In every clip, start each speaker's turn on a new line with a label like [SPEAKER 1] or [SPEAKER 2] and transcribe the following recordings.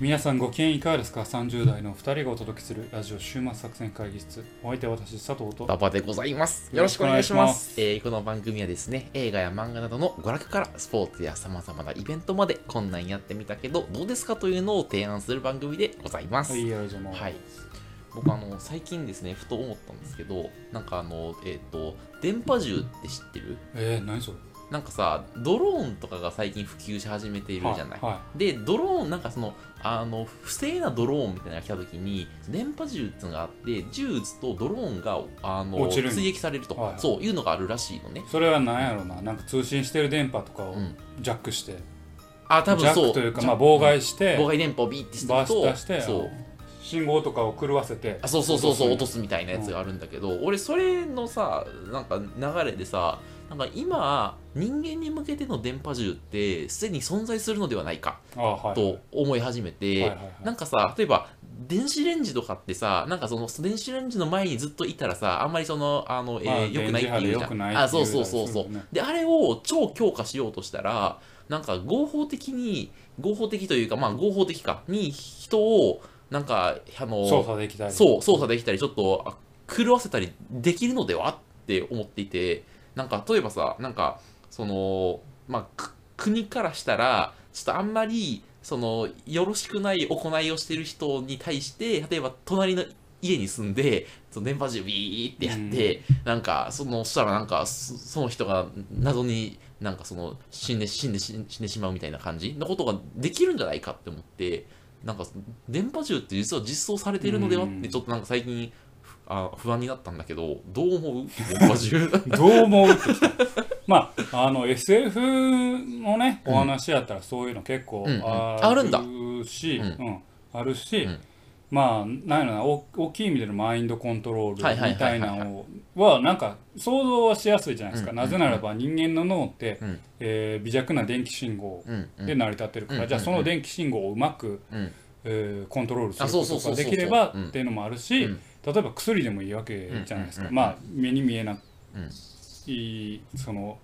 [SPEAKER 1] 皆さんご機嫌いかがですか ?30 代の2人がお届けするラジオ週末作戦会議室。お相手は私、佐藤と。
[SPEAKER 2] 馬場でございます。
[SPEAKER 1] よろ
[SPEAKER 2] よろ
[SPEAKER 1] し
[SPEAKER 2] し
[SPEAKER 1] く
[SPEAKER 2] く
[SPEAKER 1] お
[SPEAKER 2] お
[SPEAKER 1] 願
[SPEAKER 2] 願
[SPEAKER 1] い
[SPEAKER 2] い
[SPEAKER 1] し
[SPEAKER 2] し
[SPEAKER 1] ま
[SPEAKER 2] ますす。えーこの番組はですね、映画や漫画などの娯楽からスポーツや様々なイベントまでこんなんやってみたけど、どうですかというのを提案する番組でございます。
[SPEAKER 1] はい、ありがとうございます。
[SPEAKER 2] はい僕あの、最近ですね、ふと思ったんですけど、なんかあの、えっ、と、電波銃って知ってる
[SPEAKER 1] えー、何それ
[SPEAKER 2] なんかさ、ドローンとかが最近普及し始めているじゃない。
[SPEAKER 1] はは
[SPEAKER 2] でドローンなんかそのあの不正なドローンみたいなのが来た時に電波銃っていうのがあって銃撃つとドローンがあの
[SPEAKER 1] 落ちるんや
[SPEAKER 2] 追撃されると、
[SPEAKER 1] はいはい
[SPEAKER 2] そういうのがあるらしいのね
[SPEAKER 1] い。それは何やろうな。なんか通信してる電波とかを
[SPEAKER 2] うん
[SPEAKER 1] ジャックして。
[SPEAKER 2] あ多
[SPEAKER 1] ジ
[SPEAKER 2] 分
[SPEAKER 1] ャ
[SPEAKER 2] そ
[SPEAKER 1] ッ
[SPEAKER 2] う
[SPEAKER 1] クというか、まあ、妨害して、
[SPEAKER 2] 妨害電波をビーってする
[SPEAKER 1] バー
[SPEAKER 2] と
[SPEAKER 1] ス出して、
[SPEAKER 2] そう
[SPEAKER 1] 信号とかを狂わせて。
[SPEAKER 2] あそうそうそうそう落と
[SPEAKER 1] す。
[SPEAKER 2] すみたいなやつがあるんだけど、俺それのさなんか流れでさなんか今人間に向けての電波銃ってすでに存在するのではないか
[SPEAKER 1] あはい。
[SPEAKER 2] と思い始めて、
[SPEAKER 1] はいはいはい
[SPEAKER 2] なんかさ例えば電子レンジとかってさなんかその電子レンジの前にずっといたらさあんまりそのあの、え
[SPEAKER 1] まあ
[SPEAKER 2] ー良くないっ
[SPEAKER 1] 電
[SPEAKER 2] ていうじ
[SPEAKER 1] 磁波で良
[SPEAKER 2] ゃ
[SPEAKER 1] く
[SPEAKER 2] ん
[SPEAKER 1] ないっていう
[SPEAKER 2] あそうそうそうそう
[SPEAKER 1] そうだね
[SPEAKER 2] であれを超強化しようとしたらなんか合法的に合法的というかまあ合法的かに人をなんかあの
[SPEAKER 1] 操作できたり。
[SPEAKER 2] そう操作できたりちょっとあ狂わせたりできるのではって思っていてなんか例えばさなんかそのまあく国からしたらちょっとあんまりそのよろしくない行いをしてる人に対して例えば隣の家に住んでその電波銃ビーってやって、なんかそのそしたらなんかそその人が謎になんかその死んで死んで死ん死んでしまうみたいな感じのことができるんじゃないかって思ってなんか電波銃って実は実装されてるのではっ
[SPEAKER 1] うん
[SPEAKER 2] てちょっとなんか最近ふあ不安になったんだけどどう思う電波銃
[SPEAKER 1] どう思うって人まああの SF のねお話やったらそういうの結構
[SPEAKER 2] うんうん
[SPEAKER 1] あ
[SPEAKER 2] あるんだ
[SPEAKER 1] るし、
[SPEAKER 2] う
[SPEAKER 1] うんんあるし、
[SPEAKER 2] うん
[SPEAKER 1] まあなんやろなお大きい意味でのマインドコントロール
[SPEAKER 2] はいはい
[SPEAKER 1] み
[SPEAKER 2] は
[SPEAKER 1] た
[SPEAKER 2] いはい
[SPEAKER 1] い
[SPEAKER 2] はい
[SPEAKER 1] なのはなんか想像はしやすいじゃないですか、
[SPEAKER 2] うんうんうん
[SPEAKER 1] なぜならば人間の脳って、
[SPEAKER 2] うん
[SPEAKER 1] えー微弱な電気信号
[SPEAKER 2] うんうん
[SPEAKER 1] で成り立ってるから、
[SPEAKER 2] うん
[SPEAKER 1] じゃあその電気信号をうまく、
[SPEAKER 2] うん
[SPEAKER 1] えーコントロールする
[SPEAKER 2] あそうそう
[SPEAKER 1] こと
[SPEAKER 2] そう
[SPEAKER 1] が
[SPEAKER 2] そ
[SPEAKER 1] で
[SPEAKER 2] うそう
[SPEAKER 1] きれば
[SPEAKER 2] うん
[SPEAKER 1] っていうのもあるし、
[SPEAKER 2] うん
[SPEAKER 1] 例えば薬でもいいわけじゃないですか、
[SPEAKER 2] うんうんうん
[SPEAKER 1] まあ目に見えな
[SPEAKER 2] うん
[SPEAKER 1] いいその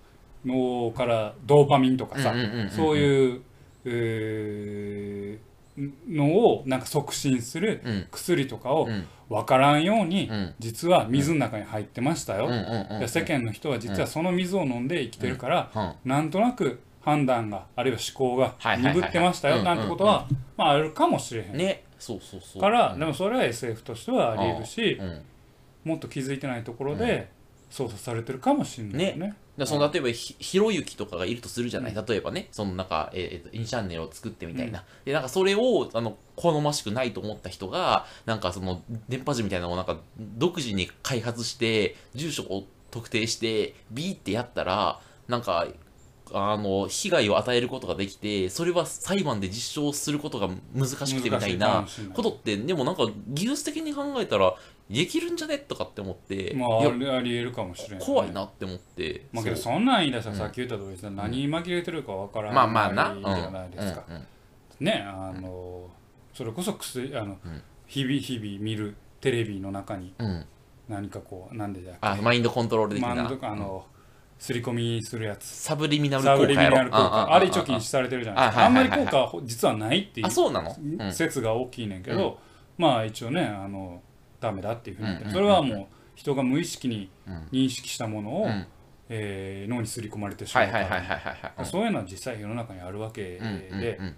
[SPEAKER 1] 脳からドーパミンとかさ、
[SPEAKER 2] うんうんうんうん
[SPEAKER 1] そういう、えーのをなんか促進する
[SPEAKER 2] うん
[SPEAKER 1] 薬とかを
[SPEAKER 2] うん
[SPEAKER 1] 分からんように、
[SPEAKER 2] うん
[SPEAKER 1] 実は水の中に入ってましたよ、
[SPEAKER 2] うんうんうん
[SPEAKER 1] で世間の人は実はその水を飲んで生きてるから、
[SPEAKER 2] うん
[SPEAKER 1] なんとなく判断があるいは思考が
[SPEAKER 2] はいはいはいはい
[SPEAKER 1] 鈍ってましたよなんてことは、まあ、あるかもしれへん、
[SPEAKER 2] ねそうそうそう
[SPEAKER 1] からで
[SPEAKER 2] も
[SPEAKER 1] もそれは SF としてはありえるし、
[SPEAKER 2] うん
[SPEAKER 1] もっと気づいてないところで操作されてるかもしれないよね。
[SPEAKER 2] だからその例えばひひろゆきとかがいるとするじゃない、例えばねそのなんか、えーえーとインチャンネルを作ってみたいな、でなんかそれをあの好ましくないと思った人がなんかその電波銃みたいなのをなんか独自に開発して住所を特定してビーってやったらなんかあの被害を与えることができてそれは裁判で実証することが難しくてみたいな
[SPEAKER 1] 難しいかもしれない
[SPEAKER 2] ことってでもなんか技術的に考えたらできるんじゃねとかって思って、
[SPEAKER 1] まあ、
[SPEAKER 2] いや
[SPEAKER 1] ありありえるかもしれない、
[SPEAKER 2] 怖い。なって思って。
[SPEAKER 1] まあ、けど
[SPEAKER 2] そう
[SPEAKER 1] そんなん言い出したらさっき言った通りさ、何に紛れてるかわからない
[SPEAKER 2] まあまあな。
[SPEAKER 1] じゃないですか。
[SPEAKER 2] うんうんうん
[SPEAKER 1] ねあの、それこそ薬あの、
[SPEAKER 2] ん
[SPEAKER 1] 日々日々見るテレビの中に
[SPEAKER 2] うん、
[SPEAKER 1] 何かこうなんでじゃ
[SPEAKER 2] あマインドコントロール的な
[SPEAKER 1] マンドあの、刷り込みするやつ
[SPEAKER 2] サブリミナル効
[SPEAKER 1] サ
[SPEAKER 2] 果
[SPEAKER 1] ブリミナ
[SPEAKER 2] やろ
[SPEAKER 1] ル効果あれ一応禁
[SPEAKER 2] 禁
[SPEAKER 1] 止
[SPEAKER 2] 止
[SPEAKER 1] されてるじゃないですか
[SPEAKER 2] あ
[SPEAKER 1] あ
[SPEAKER 2] は
[SPEAKER 1] ん
[SPEAKER 2] いは
[SPEAKER 1] まり
[SPEAKER 2] いはいはい
[SPEAKER 1] 効果は実はないっていう
[SPEAKER 2] あそうなの、うん、
[SPEAKER 1] 説が大きいねんけど、まあ一応ねあのダメだっていうふうになってる、
[SPEAKER 2] うん
[SPEAKER 1] それはもう人が無意識に
[SPEAKER 2] うん
[SPEAKER 1] 認識したものを、
[SPEAKER 2] うん
[SPEAKER 1] えー脳に刷り込まれてしま
[SPEAKER 2] は
[SPEAKER 1] う
[SPEAKER 2] い
[SPEAKER 1] か
[SPEAKER 2] はい
[SPEAKER 1] ら
[SPEAKER 2] はいはいはいはい
[SPEAKER 1] そういうのは実際世の中にあるわけで、
[SPEAKER 2] うんうんうん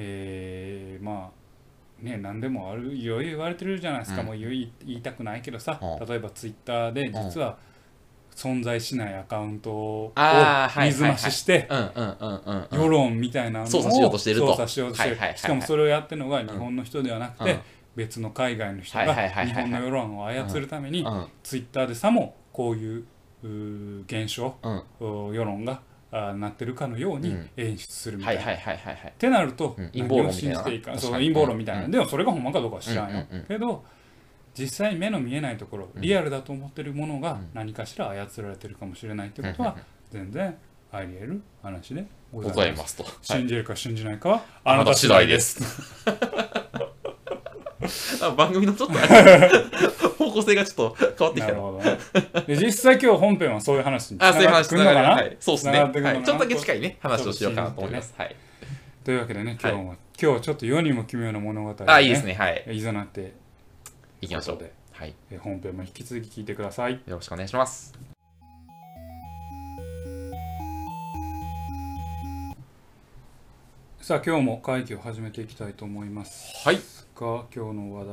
[SPEAKER 1] えーまあね何でもあるいろいろ言われてるじゃないですか、
[SPEAKER 2] うん
[SPEAKER 1] もう言い言いたくないけどさ、
[SPEAKER 2] うん
[SPEAKER 1] 例えばツイッターで実は存在しないアカウントを
[SPEAKER 2] あーはい
[SPEAKER 1] 水増しして
[SPEAKER 2] うんうんうんうん
[SPEAKER 1] 世論みたいなのを
[SPEAKER 2] 操作しようとしてると
[SPEAKER 1] 操作しようとしてる
[SPEAKER 2] はいはいはいはい
[SPEAKER 1] しかもそれをやってるのが日本の人ではなく
[SPEAKER 2] う
[SPEAKER 1] て
[SPEAKER 2] ん
[SPEAKER 1] 別の海外の人
[SPEAKER 2] はい
[SPEAKER 1] が
[SPEAKER 2] はいはいはいはい
[SPEAKER 1] 日本の世論を操るために
[SPEAKER 2] うん
[SPEAKER 1] ツイッターでさもこういううー現象
[SPEAKER 2] うん
[SPEAKER 1] お世論があーなってるかのよう
[SPEAKER 2] う
[SPEAKER 1] に
[SPEAKER 2] ん
[SPEAKER 1] 演出するみた
[SPEAKER 2] はいい
[SPEAKER 1] な
[SPEAKER 2] はいはいはいはい
[SPEAKER 1] ってなると、
[SPEAKER 2] うん
[SPEAKER 1] 何
[SPEAKER 2] 陰謀論
[SPEAKER 1] を
[SPEAKER 2] みたい
[SPEAKER 1] 信
[SPEAKER 2] な
[SPEAKER 1] じていいか
[SPEAKER 2] 確
[SPEAKER 1] そ
[SPEAKER 2] か
[SPEAKER 1] う
[SPEAKER 2] に
[SPEAKER 1] 陰謀論みたいな、
[SPEAKER 2] うん
[SPEAKER 1] でもそれがほんまかどうかは知らんよ、
[SPEAKER 2] うんうんうん
[SPEAKER 1] けど実際目の見えないところ
[SPEAKER 2] うん
[SPEAKER 1] リアルだと思ってるものが
[SPEAKER 2] ん
[SPEAKER 1] 何かしら操られてるかもしれないということは全然あり得る話でご
[SPEAKER 2] ござ
[SPEAKER 1] ざい
[SPEAKER 2] い
[SPEAKER 1] ます
[SPEAKER 2] ますとはい
[SPEAKER 1] 信じるか信じないかは
[SPEAKER 2] あ
[SPEAKER 1] あ
[SPEAKER 2] な
[SPEAKER 1] な
[SPEAKER 2] た
[SPEAKER 1] た
[SPEAKER 2] 次
[SPEAKER 1] 次
[SPEAKER 2] 第
[SPEAKER 1] 第
[SPEAKER 2] で
[SPEAKER 1] です
[SPEAKER 2] す あ番組のちょっとあれ方向性がちょっと変わってき
[SPEAKER 1] な
[SPEAKER 2] た
[SPEAKER 1] る
[SPEAKER 2] な
[SPEAKER 1] ほどねで実際今日本編はそういう話に
[SPEAKER 2] あそういう話
[SPEAKER 1] くんのかな
[SPEAKER 2] はいそうですね、
[SPEAKER 1] 繋がってくんのか
[SPEAKER 2] は、
[SPEAKER 1] ない
[SPEAKER 2] ちょっとだけ近いね話をしようかなと思いますはい
[SPEAKER 1] とというわけでね今日も、今日はちょっと世にも奇妙な物語を、ね、
[SPEAKER 2] あ、いいですね。はい。
[SPEAKER 1] いざなって
[SPEAKER 2] 行きましょ。
[SPEAKER 1] というこ
[SPEAKER 2] はい。
[SPEAKER 1] とでえ本編も引き続き聞いてください
[SPEAKER 2] よろしくお願いします。
[SPEAKER 1] さあ今日も会議を始めていきたいと思います
[SPEAKER 2] はい。
[SPEAKER 1] が今日の話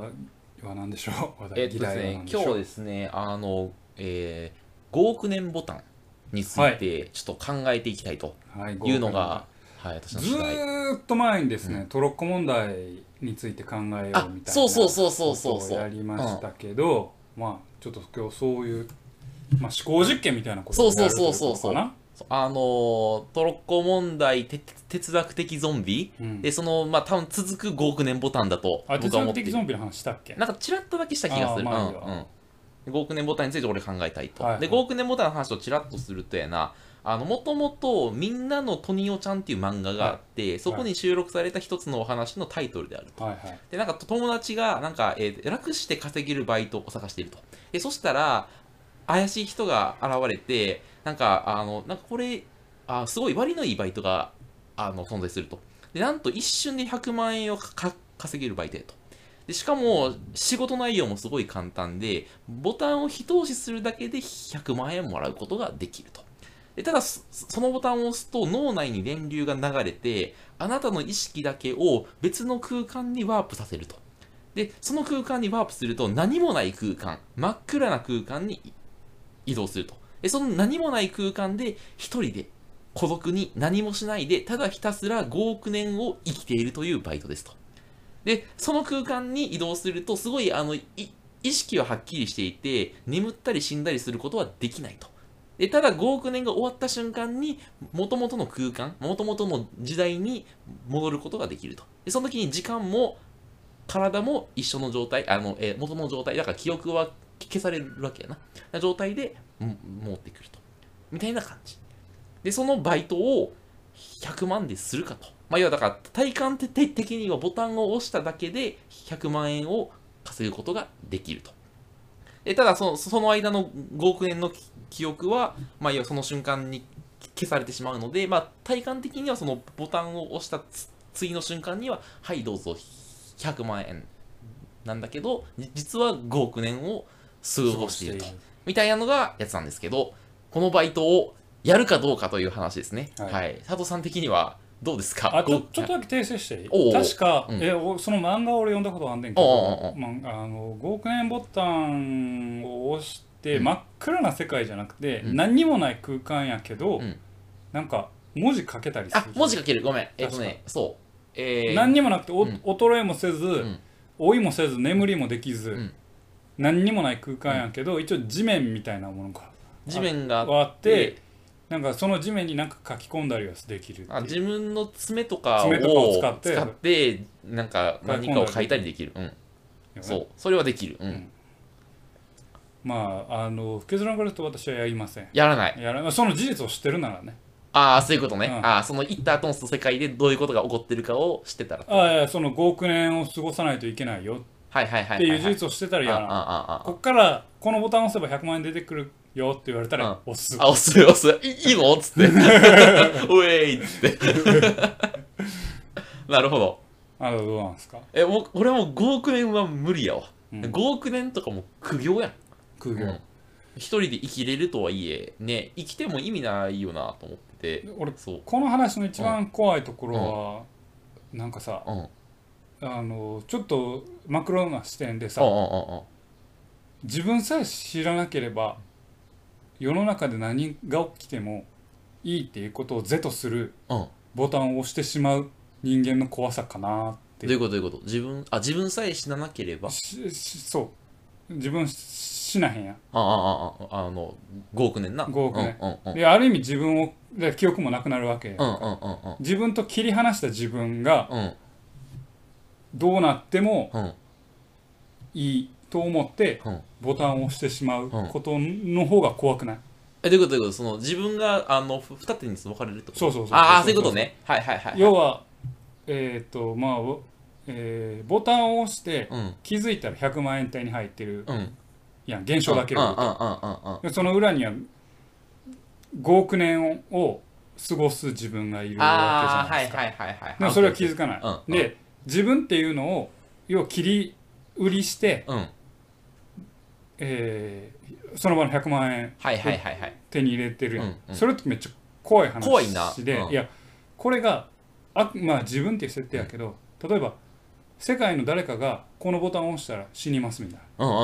[SPEAKER 1] 題は何でし ょう話題、
[SPEAKER 2] えっとです
[SPEAKER 1] 議題は
[SPEAKER 2] ね
[SPEAKER 1] 何、でしょ
[SPEAKER 2] 今
[SPEAKER 1] う
[SPEAKER 2] 日ですね、あの、えー、5億年ボタンについて、ちょっと考えていきたいと
[SPEAKER 1] はい、
[SPEAKER 2] いうのが、はい、私の
[SPEAKER 1] ず
[SPEAKER 2] 主題。
[SPEAKER 1] ーっと前にですね、トロッコ問題について考えようみたいな、
[SPEAKER 2] あそうそうそうそうそう
[SPEAKER 1] こと
[SPEAKER 2] そ
[SPEAKER 1] をや
[SPEAKER 2] う。
[SPEAKER 1] りましたけど、まあちょっと今日そういう、まあ、思考実験みたいなこと
[SPEAKER 2] そ
[SPEAKER 1] を
[SPEAKER 2] うそ
[SPEAKER 1] や
[SPEAKER 2] う
[SPEAKER 1] るとい
[SPEAKER 2] そううそう
[SPEAKER 1] ことかな
[SPEAKER 2] あのー、トロッコ問題、て哲学的ゾンビ
[SPEAKER 1] うん
[SPEAKER 2] で、その、まあ、多分続く5億年ボタンだと
[SPEAKER 1] あ
[SPEAKER 2] 僕
[SPEAKER 1] 哲
[SPEAKER 2] は思
[SPEAKER 1] 学
[SPEAKER 2] ってい
[SPEAKER 1] 的
[SPEAKER 2] る
[SPEAKER 1] ゾ。ンビの話したっけ
[SPEAKER 2] なんかちらっとだけした気がする。
[SPEAKER 1] あーまあいいわ
[SPEAKER 2] うんうん5億年ボタンについて俺考えたいと。
[SPEAKER 1] はいはい
[SPEAKER 2] で、5億年ボタンの話をちらっとするとやな、あの、もともと、みんなのトニオちゃんっていう漫画があって、そこに収録された一つのお話のタイトルである。
[SPEAKER 1] はいはい
[SPEAKER 2] で、なんか友達が、なんか、えー楽して稼げるバイトを探していると。で、そしたら、怪しい人が現れて、なんか、あの、なんかこれ、あすごい割のいいバイトが、あの、存在すると。で、なんと一瞬で100万円をかか稼げるバイトやと。で、しかも、仕事内容もすごい簡単で、ボタンを一押しするだけで100万円もらうことができると。でただ、そそのボタンを押すと脳内に電流が流れて、あなたの意識だけを別の空間にワープさせると。で、その空間にワープすると何もない空間、真っ暗な空間に移動すると。で、その何もない空間で一人で孤独に何もしないで、ただひたすら5億年を生きているというバイトですと。で、その空間に移動すると、すごい、あの、い意識ははっきりしていて、眠ったり死んだりすることはできないと。で、ただ5億年が終わった瞬間に、元々の空間、元々の時代に戻ることができると。で、その時に時間も、体も一緒の状態、あの、えー元の状態、だから記憶は消されるわけやな。な状態で、も戻ってくると。みたいな感じ。で、そのバイトを100万でするかと。まあ、要はだから体感てて的にはボタンを押しただけで100万円を稼ぐことができると。えただその、その間の5億円の記記憶は、まあ、要はその瞬間に消されてしまうので、まあ、体感的にはそのボタンを押したつ次の瞬間には、はい、どうぞ100万円なんだけど、じ実は5億年を過ごしていると。みたいなのがやつなんですけど、このバイトをやるかどうかという話ですね。は。
[SPEAKER 1] はいい
[SPEAKER 2] 佐藤さん的にはどうですか
[SPEAKER 1] あ
[SPEAKER 2] ご
[SPEAKER 1] とちょっとだけ訂正してい
[SPEAKER 2] おうお
[SPEAKER 1] いう確か、
[SPEAKER 2] うん
[SPEAKER 1] えおその漫画を俺読んだことあんねんけど
[SPEAKER 2] おうおうおう
[SPEAKER 1] まあ、あの5億円ボタンを押して、
[SPEAKER 2] うん
[SPEAKER 1] 真っ暗な世界じゃなくて、
[SPEAKER 2] うん
[SPEAKER 1] 何にもない空間やけど、
[SPEAKER 2] うん
[SPEAKER 1] なんか文字書けたりする
[SPEAKER 2] あ、文字書ける。ごめん。えっと
[SPEAKER 1] 確
[SPEAKER 2] ね、そう。えー、
[SPEAKER 1] 何にもなくてお、
[SPEAKER 2] うん
[SPEAKER 1] 衰えもせず、
[SPEAKER 2] ん
[SPEAKER 1] 老いもせず眠りもできず、
[SPEAKER 2] ん
[SPEAKER 1] 何にもない空間やけど、一応地面みたいなものが
[SPEAKER 2] 地面があ
[SPEAKER 1] あっ、
[SPEAKER 2] って
[SPEAKER 1] なんかその地面になんか書き込んだりはできるっていう
[SPEAKER 2] あ自分の爪とかを
[SPEAKER 1] 爪とかを使って
[SPEAKER 2] 使ってなんか何かを書いたりできる。うん。
[SPEAKER 1] よね
[SPEAKER 2] そう。それはできる。うん。
[SPEAKER 1] んまああの結論から言うと私はやりません
[SPEAKER 2] やらない。
[SPEAKER 1] やらその事実を知ってるならね
[SPEAKER 2] ああ、そういうことね。
[SPEAKER 1] うん
[SPEAKER 2] ああ、その行った後の世界でどういうことが起こってるかを知ってたら。はい
[SPEAKER 1] ああいやその5億年を過ごさないといけないよ
[SPEAKER 2] はいはいは
[SPEAKER 1] っ
[SPEAKER 2] い。
[SPEAKER 1] ていう事実を知ってたら
[SPEAKER 2] あ
[SPEAKER 1] や
[SPEAKER 2] あ
[SPEAKER 1] らない
[SPEAKER 2] あああ
[SPEAKER 1] こっからこのボタンを押せば100万円出てくるよって言われた
[SPEAKER 2] うん
[SPEAKER 1] ら押す
[SPEAKER 2] あ、押す押す。いいいのっつ って。ウェイっつって。 なるほど。
[SPEAKER 1] あのどうなんですか
[SPEAKER 2] え、もう、俺はもう5億年は無理やわ。
[SPEAKER 1] うん
[SPEAKER 2] 5億年とかもう苦行やん。
[SPEAKER 1] 空
[SPEAKER 2] う
[SPEAKER 1] 業
[SPEAKER 2] ん一人で生きれるとはいえ、ね、生きても意味ないよなと思ってて。
[SPEAKER 1] 俺
[SPEAKER 2] そう。
[SPEAKER 1] この話の一番怖いところはなんかさ
[SPEAKER 2] うん。うんうん
[SPEAKER 1] あのちょっとマクロな視点で
[SPEAKER 2] うん
[SPEAKER 1] さ自分さえ知らなければ世の中で何が起きてもいいっていうことを是とする
[SPEAKER 2] うん。うん。
[SPEAKER 1] ボタンを押してしまう人間の怖さかなっ
[SPEAKER 2] どうい
[SPEAKER 1] て
[SPEAKER 2] うことどういうこと自分、あ、自分さえ死ななければ。
[SPEAKER 1] ししそう自分しなへんや
[SPEAKER 2] ああ、ああ、ああの、5億年な。
[SPEAKER 1] 5億年
[SPEAKER 2] うんうんうん。
[SPEAKER 1] である意味自分をで記憶もなくなるわけや
[SPEAKER 2] うんうんうんうん。
[SPEAKER 1] 自分と切り離した自分が
[SPEAKER 2] うん
[SPEAKER 1] どうなっても
[SPEAKER 2] うん
[SPEAKER 1] いいと思って
[SPEAKER 2] うん。
[SPEAKER 1] ボタンを押してしまうことの方が怖くない
[SPEAKER 2] え、どういうことどういうことその、自分が、あの、ふ二手に分かれるってこと
[SPEAKER 1] そうそうそう
[SPEAKER 2] ああ、そういうことね。はいはいはい。
[SPEAKER 1] 要はえっとまあぼえーボタンを押して
[SPEAKER 2] うん。
[SPEAKER 1] 気づいたら100万円帯に入ってる
[SPEAKER 2] うん。
[SPEAKER 1] やん現象だけ
[SPEAKER 2] うんうんうん
[SPEAKER 1] ど
[SPEAKER 2] うんうん。
[SPEAKER 1] でその裏には5億年を過ごす自分がいるわ
[SPEAKER 2] ああ
[SPEAKER 1] けじゃ
[SPEAKER 2] は
[SPEAKER 1] ない
[SPEAKER 2] い
[SPEAKER 1] ですか。
[SPEAKER 2] はいはいはい
[SPEAKER 1] でもそれは気づかない。
[SPEAKER 2] うんうん
[SPEAKER 1] で自分っていうのを要は切り売りして、
[SPEAKER 2] うんはい
[SPEAKER 1] えーその場の100万円
[SPEAKER 2] はいはいはい
[SPEAKER 1] 手に入れてるやん、
[SPEAKER 2] うんうん
[SPEAKER 1] それってめっちゃ怖い話で
[SPEAKER 2] 怖いなうん
[SPEAKER 1] いやこれがあまあ自分っていう設定やけど、例えば世界の誰かがこのボタンを押したら死にますみたい
[SPEAKER 2] うんうんうんうん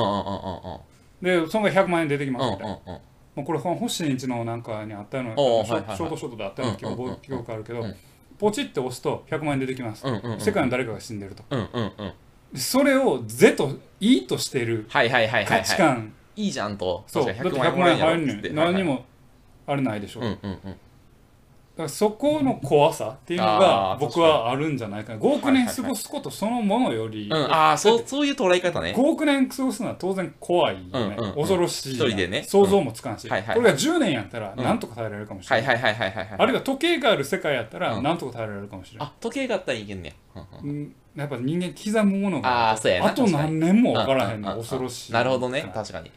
[SPEAKER 1] なでそのが100万円出てきますみたいな、
[SPEAKER 2] うんうんうんうん
[SPEAKER 1] もうこれ本星一のなんかにあったようなあの
[SPEAKER 2] おー
[SPEAKER 1] ショ
[SPEAKER 2] はいはいはい
[SPEAKER 1] ショートショートであったような記
[SPEAKER 2] うんうんうん
[SPEAKER 1] 憶記憶あるけど、
[SPEAKER 2] うん
[SPEAKER 1] ポチって押すと100万円出てきます、
[SPEAKER 2] うんうんうん
[SPEAKER 1] 世界の誰かが死んでると
[SPEAKER 2] うんうんうん
[SPEAKER 1] でそれを「是」と「いい」としてる
[SPEAKER 2] はいはいはいはい
[SPEAKER 1] 価値観、
[SPEAKER 2] はいいいじゃんと
[SPEAKER 1] そうだって
[SPEAKER 2] 確か
[SPEAKER 1] 100
[SPEAKER 2] に
[SPEAKER 1] 万円入る
[SPEAKER 2] もらえ
[SPEAKER 1] の
[SPEAKER 2] んやろっつって
[SPEAKER 1] に
[SPEAKER 2] はいはい
[SPEAKER 1] 何にもあれないでしょ、
[SPEAKER 2] うんうんうん
[SPEAKER 1] だからそこの怖さっていうの
[SPEAKER 2] あ
[SPEAKER 1] が
[SPEAKER 2] ー
[SPEAKER 1] 僕はあるんじゃないかな5億年
[SPEAKER 2] はいはい
[SPEAKER 1] 過
[SPEAKER 2] はい
[SPEAKER 1] ごすことそのものより、
[SPEAKER 2] うんああ
[SPEAKER 1] だっ
[SPEAKER 2] そう
[SPEAKER 1] て
[SPEAKER 2] そういう捉え方ね
[SPEAKER 1] 5億年過ごすのは当然怖いよね、
[SPEAKER 2] うんうんうん
[SPEAKER 1] 恐ろしい
[SPEAKER 2] 一人でね
[SPEAKER 1] 想像もつかんし、
[SPEAKER 2] うんはいはいはい
[SPEAKER 1] これが10年やったら
[SPEAKER 2] うん
[SPEAKER 1] なんとか耐えられるかもしれ
[SPEAKER 2] は
[SPEAKER 1] ないい、
[SPEAKER 2] はいはいはいはいはい
[SPEAKER 1] あるいは時計がある世界やったら
[SPEAKER 2] うん
[SPEAKER 1] なんとか耐えられるかもしれない、
[SPEAKER 2] あ時計があったらいけんねうんうん
[SPEAKER 1] うん、やっぱ人間刻むものが
[SPEAKER 2] ああそうやな
[SPEAKER 1] あと
[SPEAKER 2] 確か
[SPEAKER 1] 何
[SPEAKER 2] に
[SPEAKER 1] 年も分からへん
[SPEAKER 2] う
[SPEAKER 1] の
[SPEAKER 2] うう
[SPEAKER 1] 恐ろしい
[SPEAKER 2] なるほどね確かに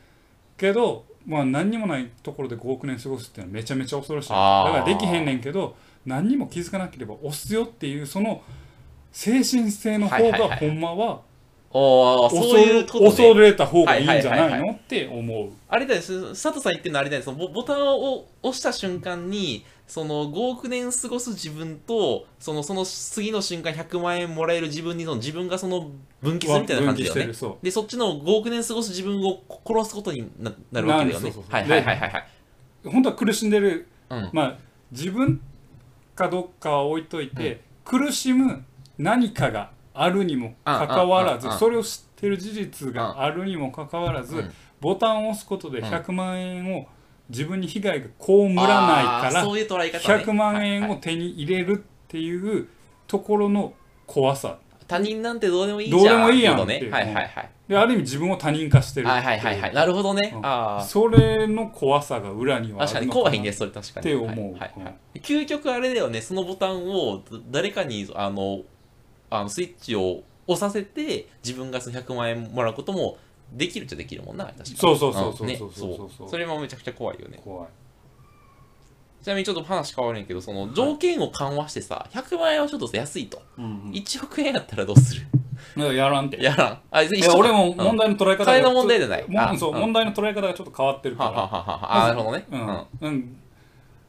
[SPEAKER 1] けど、まあ、何にもないところで5億年過ごすっていうのはめちゃめちゃ恐ろしいだ
[SPEAKER 2] あー
[SPEAKER 1] からできへんねんけど何にも気づかなければ押すよっていうその精神性の方
[SPEAKER 2] はいはい
[SPEAKER 1] が
[SPEAKER 2] はい
[SPEAKER 1] ほんまは
[SPEAKER 2] おお
[SPEAKER 1] 恐
[SPEAKER 2] そういうこと
[SPEAKER 1] 恐
[SPEAKER 2] ね
[SPEAKER 1] れた方がいいんじゃ
[SPEAKER 2] はい
[SPEAKER 1] な
[SPEAKER 2] はいいはい
[SPEAKER 1] のって思う
[SPEAKER 2] あれだよす佐藤さん言ってるのあれだよそのボボタンを押した瞬間にその5億年過ごす自分とそのその次の瞬間100万円もらえる自分にその自分がその分岐するみたいな感じだ
[SPEAKER 1] 分岐し
[SPEAKER 2] よ
[SPEAKER 1] て
[SPEAKER 2] ね
[SPEAKER 1] るそう
[SPEAKER 2] でそっちの5億年過ごす自分をこ殺すことにななるわけだ
[SPEAKER 1] な
[SPEAKER 2] よ
[SPEAKER 1] る
[SPEAKER 2] ね
[SPEAKER 1] そうそうそう
[SPEAKER 2] はいはいはいはいはい
[SPEAKER 1] 本当は苦しんでる、
[SPEAKER 2] うん
[SPEAKER 1] まあ自分かどっかは置いといて、苦しむ何かがあるにもかかわらず
[SPEAKER 2] うんうんうんうん
[SPEAKER 1] それを知ってる事実があるにもかかわらず、
[SPEAKER 2] うん
[SPEAKER 1] ボタンを押すことで
[SPEAKER 2] うん
[SPEAKER 1] 100万円を自分に被害が被らないか
[SPEAKER 2] あー
[SPEAKER 1] ら
[SPEAKER 2] そういう捉え方、ね、
[SPEAKER 1] 100万
[SPEAKER 2] はい
[SPEAKER 1] 円
[SPEAKER 2] は
[SPEAKER 1] を
[SPEAKER 2] い
[SPEAKER 1] 手に入れるっていうところの怖さ
[SPEAKER 2] 他人なんてどうでもいいじゃ
[SPEAKER 1] ど
[SPEAKER 2] ん
[SPEAKER 1] うでもいいやん
[SPEAKER 2] ってうこと
[SPEAKER 1] っていう
[SPEAKER 2] ねはいはいはい
[SPEAKER 1] である意味自分を他人化してるって
[SPEAKER 2] はいいうはいはいはいなるほどね、
[SPEAKER 1] うん
[SPEAKER 2] ああ
[SPEAKER 1] それの怖さが裏にはあ
[SPEAKER 2] 確か
[SPEAKER 1] る
[SPEAKER 2] に
[SPEAKER 1] の
[SPEAKER 2] 怖
[SPEAKER 1] ない
[SPEAKER 2] ねそれ確かに
[SPEAKER 1] って思う
[SPEAKER 2] はいはいはい究極あれだよねそのボタンをど誰かにあのあのスイッチを押させて自分がその100万円もらうこともできるっちゃできるもんな確かに
[SPEAKER 1] そうそうそうそうん
[SPEAKER 2] ね
[SPEAKER 1] そうそうそうそう
[SPEAKER 2] それもめちゃくちゃ怖いよね
[SPEAKER 1] 怖い
[SPEAKER 2] ちなみにちょっと話変わるんやけどその条件を緩和してさ100万円はちょっと安いと
[SPEAKER 1] うん
[SPEAKER 2] 1億円やったらどうする
[SPEAKER 1] うん、いややらんて
[SPEAKER 2] やらんあ一緒
[SPEAKER 1] いや俺も
[SPEAKER 2] うん
[SPEAKER 1] 問題の捉え方が
[SPEAKER 2] 金の問題じゃない
[SPEAKER 1] もう
[SPEAKER 2] あ
[SPEAKER 1] そう
[SPEAKER 2] うん
[SPEAKER 1] 問題の捉え方がちょっと変わってる
[SPEAKER 2] ははは
[SPEAKER 1] か
[SPEAKER 2] はあなるほどね
[SPEAKER 1] ら
[SPEAKER 2] うん
[SPEAKER 1] うんうん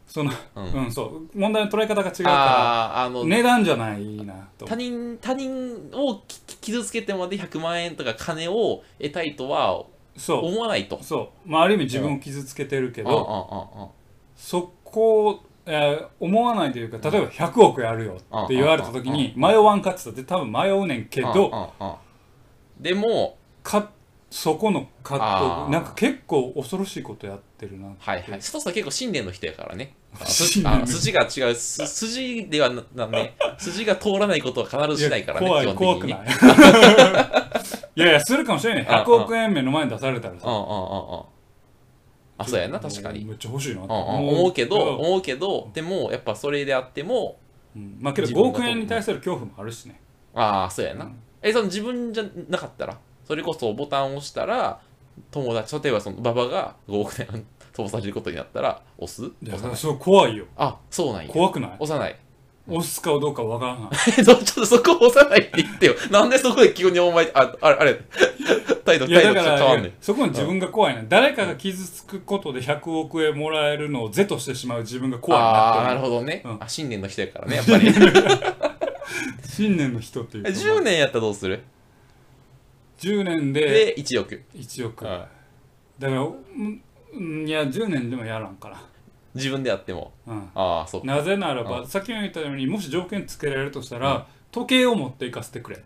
[SPEAKER 1] その
[SPEAKER 2] うん
[SPEAKER 1] うんそう問題の捉え方が違うか
[SPEAKER 2] あーあ
[SPEAKER 1] ら
[SPEAKER 2] の
[SPEAKER 1] 値段じゃないなと
[SPEAKER 2] 他人他人をきき傷つけてまで100万円とか金を得たいとは
[SPEAKER 1] そ
[SPEAKER 2] 思わないと
[SPEAKER 1] う。そうまあある意味自分を傷つけてるけ
[SPEAKER 2] うんうんうん
[SPEAKER 1] どそこをえー思わないというか例えば100億やるよって言われた時に迷わんかってたって多分迷うねんけ
[SPEAKER 2] うんうん
[SPEAKER 1] ど
[SPEAKER 2] うんうんでも、
[SPEAKER 1] かそこの葛
[SPEAKER 2] あー
[SPEAKER 1] 藤なんか結構恐ろしいことやってるなって
[SPEAKER 2] はいはい、佐藤さん結構信念の人やからね。あの
[SPEAKER 1] 信
[SPEAKER 2] す
[SPEAKER 1] 念の
[SPEAKER 2] あの筋が違う、す筋ではななね、筋が通らないことは必ずしないからね、
[SPEAKER 1] いや
[SPEAKER 2] 基
[SPEAKER 1] 怖
[SPEAKER 2] 本
[SPEAKER 1] い
[SPEAKER 2] 的にね。
[SPEAKER 1] 怖くないいやいやするかもしれないね100億円目の前に出されたら
[SPEAKER 2] うん
[SPEAKER 1] さ
[SPEAKER 2] うんうんうんあ、そうやな、確かに。うん
[SPEAKER 1] めっちゃ欲しいなって
[SPEAKER 2] うん思うけど、思うけど、でも、やっぱそれであっても、
[SPEAKER 1] うんまあけど
[SPEAKER 2] 自
[SPEAKER 1] 5
[SPEAKER 2] 分だと
[SPEAKER 1] 億円に対する恐怖もあるしね
[SPEAKER 2] ああ、そうやな
[SPEAKER 1] うん。
[SPEAKER 2] え、その自分じゃなかったら、それこそボタンを押したら、友達、例えばその馬場が5億円飛ばされることになったら、押す
[SPEAKER 1] い
[SPEAKER 2] 押
[SPEAKER 1] や
[SPEAKER 2] さない
[SPEAKER 1] そう怖いよ
[SPEAKER 2] あ、そうなんや。
[SPEAKER 1] 怖くない
[SPEAKER 2] 押さない。
[SPEAKER 1] 押すかどうかわからない
[SPEAKER 2] えっと、ちょっとそこ押さないって言ってよ。なんでそこで急にお前、あ、あれ、あれ、態度、
[SPEAKER 1] いや
[SPEAKER 2] 態
[SPEAKER 1] だ
[SPEAKER 2] 度
[SPEAKER 1] か
[SPEAKER 2] ちょっと変わ
[SPEAKER 1] ら
[SPEAKER 2] んねん。
[SPEAKER 1] そこに自分が怖いね誰かが傷つくことで100億円もらえるのを是としてしまう自分が怖いなって
[SPEAKER 2] あ
[SPEAKER 1] 思
[SPEAKER 2] あー、
[SPEAKER 1] う
[SPEAKER 2] なるほどね。
[SPEAKER 1] うん
[SPEAKER 2] あ、信念の人やからね、やっ ぱり。え
[SPEAKER 1] 信念の人っていうか
[SPEAKER 2] 10年やったらどうする
[SPEAKER 1] 10年で
[SPEAKER 2] で、1億。
[SPEAKER 1] 1億
[SPEAKER 2] は
[SPEAKER 1] だからうんうんいや10年でもやらんから
[SPEAKER 2] 自分でやっても。
[SPEAKER 1] うん
[SPEAKER 2] ああ、そうか。
[SPEAKER 1] なぜならば、
[SPEAKER 2] う
[SPEAKER 1] さっきも言ったようにもし条件つけられるとしたら、時計を持っていかせてくれ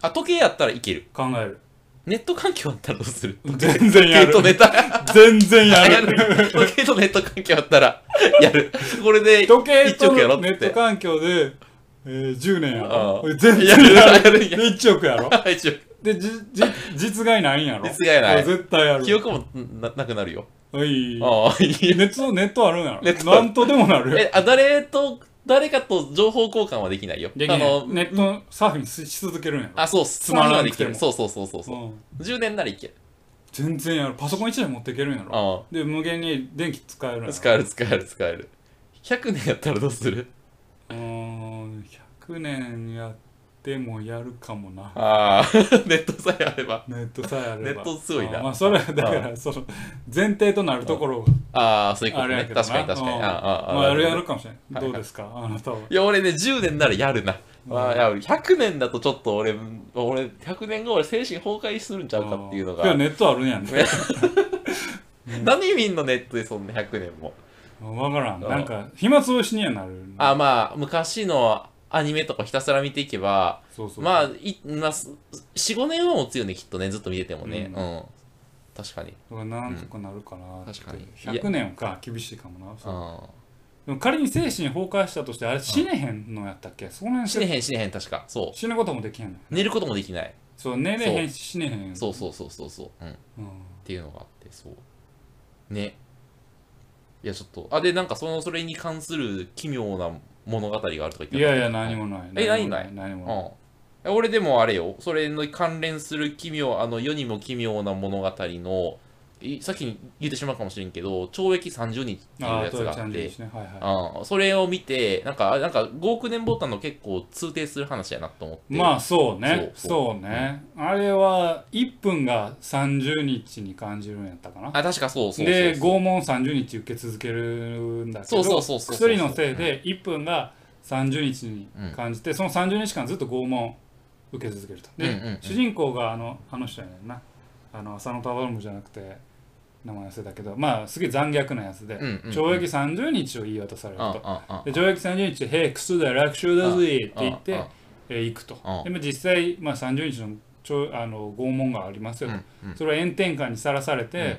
[SPEAKER 2] あ、時計やったらいける。
[SPEAKER 1] 考える
[SPEAKER 2] ネット環境やったらどうする
[SPEAKER 1] 全然や
[SPEAKER 2] 時計
[SPEAKER 1] る
[SPEAKER 2] とネタ。
[SPEAKER 1] 全然や
[SPEAKER 2] や
[SPEAKER 1] る
[SPEAKER 2] る。時計とネット環境あったら、やる。これで、
[SPEAKER 1] 時計
[SPEAKER 2] 一
[SPEAKER 1] と
[SPEAKER 2] 億やろって
[SPEAKER 1] ネット環境で、えー、10年やろ
[SPEAKER 2] うん
[SPEAKER 1] 全然や
[SPEAKER 2] や
[SPEAKER 1] る
[SPEAKER 2] るやるやる
[SPEAKER 1] で1億やろ
[SPEAKER 2] 一応
[SPEAKER 1] でじじ実害ないんやろ
[SPEAKER 2] 実害ない
[SPEAKER 1] 絶対やる
[SPEAKER 2] 記憶もななくなるよ。
[SPEAKER 1] おい
[SPEAKER 2] ああ、いいよ。
[SPEAKER 1] ネットネットあるんや
[SPEAKER 2] ネ
[SPEAKER 1] ろ
[SPEAKER 2] ット
[SPEAKER 1] なんとでもなるよ
[SPEAKER 2] え、あ、誰と、誰かと情報交換はできないよ。
[SPEAKER 1] でき
[SPEAKER 2] あ
[SPEAKER 1] へん
[SPEAKER 2] の、
[SPEAKER 1] ネットサーフィンしし続けるんやろ
[SPEAKER 2] あ、そう、
[SPEAKER 1] つまらなくても
[SPEAKER 2] そうそうそうそうそう。
[SPEAKER 1] うん
[SPEAKER 2] 10年ならいける。
[SPEAKER 1] 全然やるパソコン1台持っていけるんやろ
[SPEAKER 2] あ
[SPEAKER 1] で無限に電気使えるんや
[SPEAKER 2] あ、
[SPEAKER 1] ろ
[SPEAKER 2] 使える使える使える。 100年やったらどうする
[SPEAKER 1] うーん100年やってもやるかもな
[SPEAKER 2] ああ ネットさえあれば
[SPEAKER 1] ネットさえあれば
[SPEAKER 2] ネットすごいな
[SPEAKER 1] あまあそれはだからその前提となるところ
[SPEAKER 2] ああそういうこ
[SPEAKER 1] あ
[SPEAKER 2] と
[SPEAKER 1] れや
[SPEAKER 2] ね
[SPEAKER 1] けどな
[SPEAKER 2] 確かに確かに
[SPEAKER 1] うん
[SPEAKER 2] ああああ
[SPEAKER 1] まあやる
[SPEAKER 2] な
[SPEAKER 1] や
[SPEAKER 2] ほど
[SPEAKER 1] るかもしれないどうですかあなたはい
[SPEAKER 2] や俺ね10年ならやるな、
[SPEAKER 1] うん
[SPEAKER 2] まあ、やる100年だとちょっと俺俺100年後俺精神崩壊するんちゃうかっていうの
[SPEAKER 1] いや
[SPEAKER 2] が
[SPEAKER 1] ネットあるんやんね
[SPEAKER 2] 何見んのネットでそんな100年も
[SPEAKER 1] 分からん
[SPEAKER 2] うん
[SPEAKER 1] なんか暇つぶしにはなる
[SPEAKER 2] あまあ昔のアニメとかひたすら見ていけば
[SPEAKER 1] そうそう
[SPEAKER 2] まあい、まあ、45年は持つよねきっとねずっと見ててもね
[SPEAKER 1] う
[SPEAKER 2] うん、確かに
[SPEAKER 1] だからなんとかなるかなって
[SPEAKER 2] 確かに
[SPEAKER 1] 100年か厳しいかもなそう
[SPEAKER 2] うん
[SPEAKER 1] でも仮に精神崩壊したとしてあれ死ねへんのやったっけその辺
[SPEAKER 2] 死ねへん死ねへん確かそう
[SPEAKER 1] 死ぬこともできへんの
[SPEAKER 2] 寝ることもできない
[SPEAKER 1] そう寝れへんし死ねへん
[SPEAKER 2] そうそうそうそうそううんっ
[SPEAKER 1] うん
[SPEAKER 2] ていうのがあってそうねいやちょっとあでなんかそのそれに関する奇妙な物語があるとか言って
[SPEAKER 1] い
[SPEAKER 2] なか
[SPEAKER 1] や
[SPEAKER 2] った
[SPEAKER 1] いや何もない
[SPEAKER 2] え
[SPEAKER 1] 何も何もない
[SPEAKER 2] うん、俺でもあれよそれの関連する奇妙あの世にも奇妙な物語のいさっき言ってしまうかもしれんけど懲役30日っていう
[SPEAKER 1] ああ
[SPEAKER 2] やつ
[SPEAKER 1] トヨ
[SPEAKER 2] が
[SPEAKER 1] ちゃ
[SPEAKER 2] あっ
[SPEAKER 1] ん
[SPEAKER 2] て
[SPEAKER 1] ですねはいはい
[SPEAKER 2] うん、それを見てなんかあなんか5億年ボタンの結構通底する話やなと思って
[SPEAKER 1] まあそうね
[SPEAKER 2] そ
[SPEAKER 1] そ
[SPEAKER 2] う
[SPEAKER 1] うねあれは1分が30日に感じるんやったかな
[SPEAKER 2] あ確かそうそうそうそう
[SPEAKER 1] で拷問30日受け続けるんだけ
[SPEAKER 2] そうそ
[SPEAKER 1] ど
[SPEAKER 2] うそうそうそう
[SPEAKER 1] 薬のせいで1分が30日に感じて、その30日間ずっと拷問受け続けるとで、
[SPEAKER 2] うんうんうん
[SPEAKER 1] 主人公があのあの人やねんなあの浅野忠信じゃなくて名前忘れたけどまあすげえ残虐なやつで、
[SPEAKER 2] うんうんうん
[SPEAKER 1] 懲役30日を言い渡される
[SPEAKER 2] うんう
[SPEAKER 1] と、
[SPEAKER 2] んう
[SPEAKER 1] で
[SPEAKER 2] ん
[SPEAKER 1] 懲役30日で「へえクソだよ楽勝だぜ」って言って、
[SPEAKER 2] うんうん
[SPEAKER 1] えー行くと、
[SPEAKER 2] うん
[SPEAKER 1] でも実際、まあ、30日のちょあの拷問がありますよと、
[SPEAKER 2] うんうん
[SPEAKER 1] それは炎天下にさらされて、
[SPEAKER 2] うん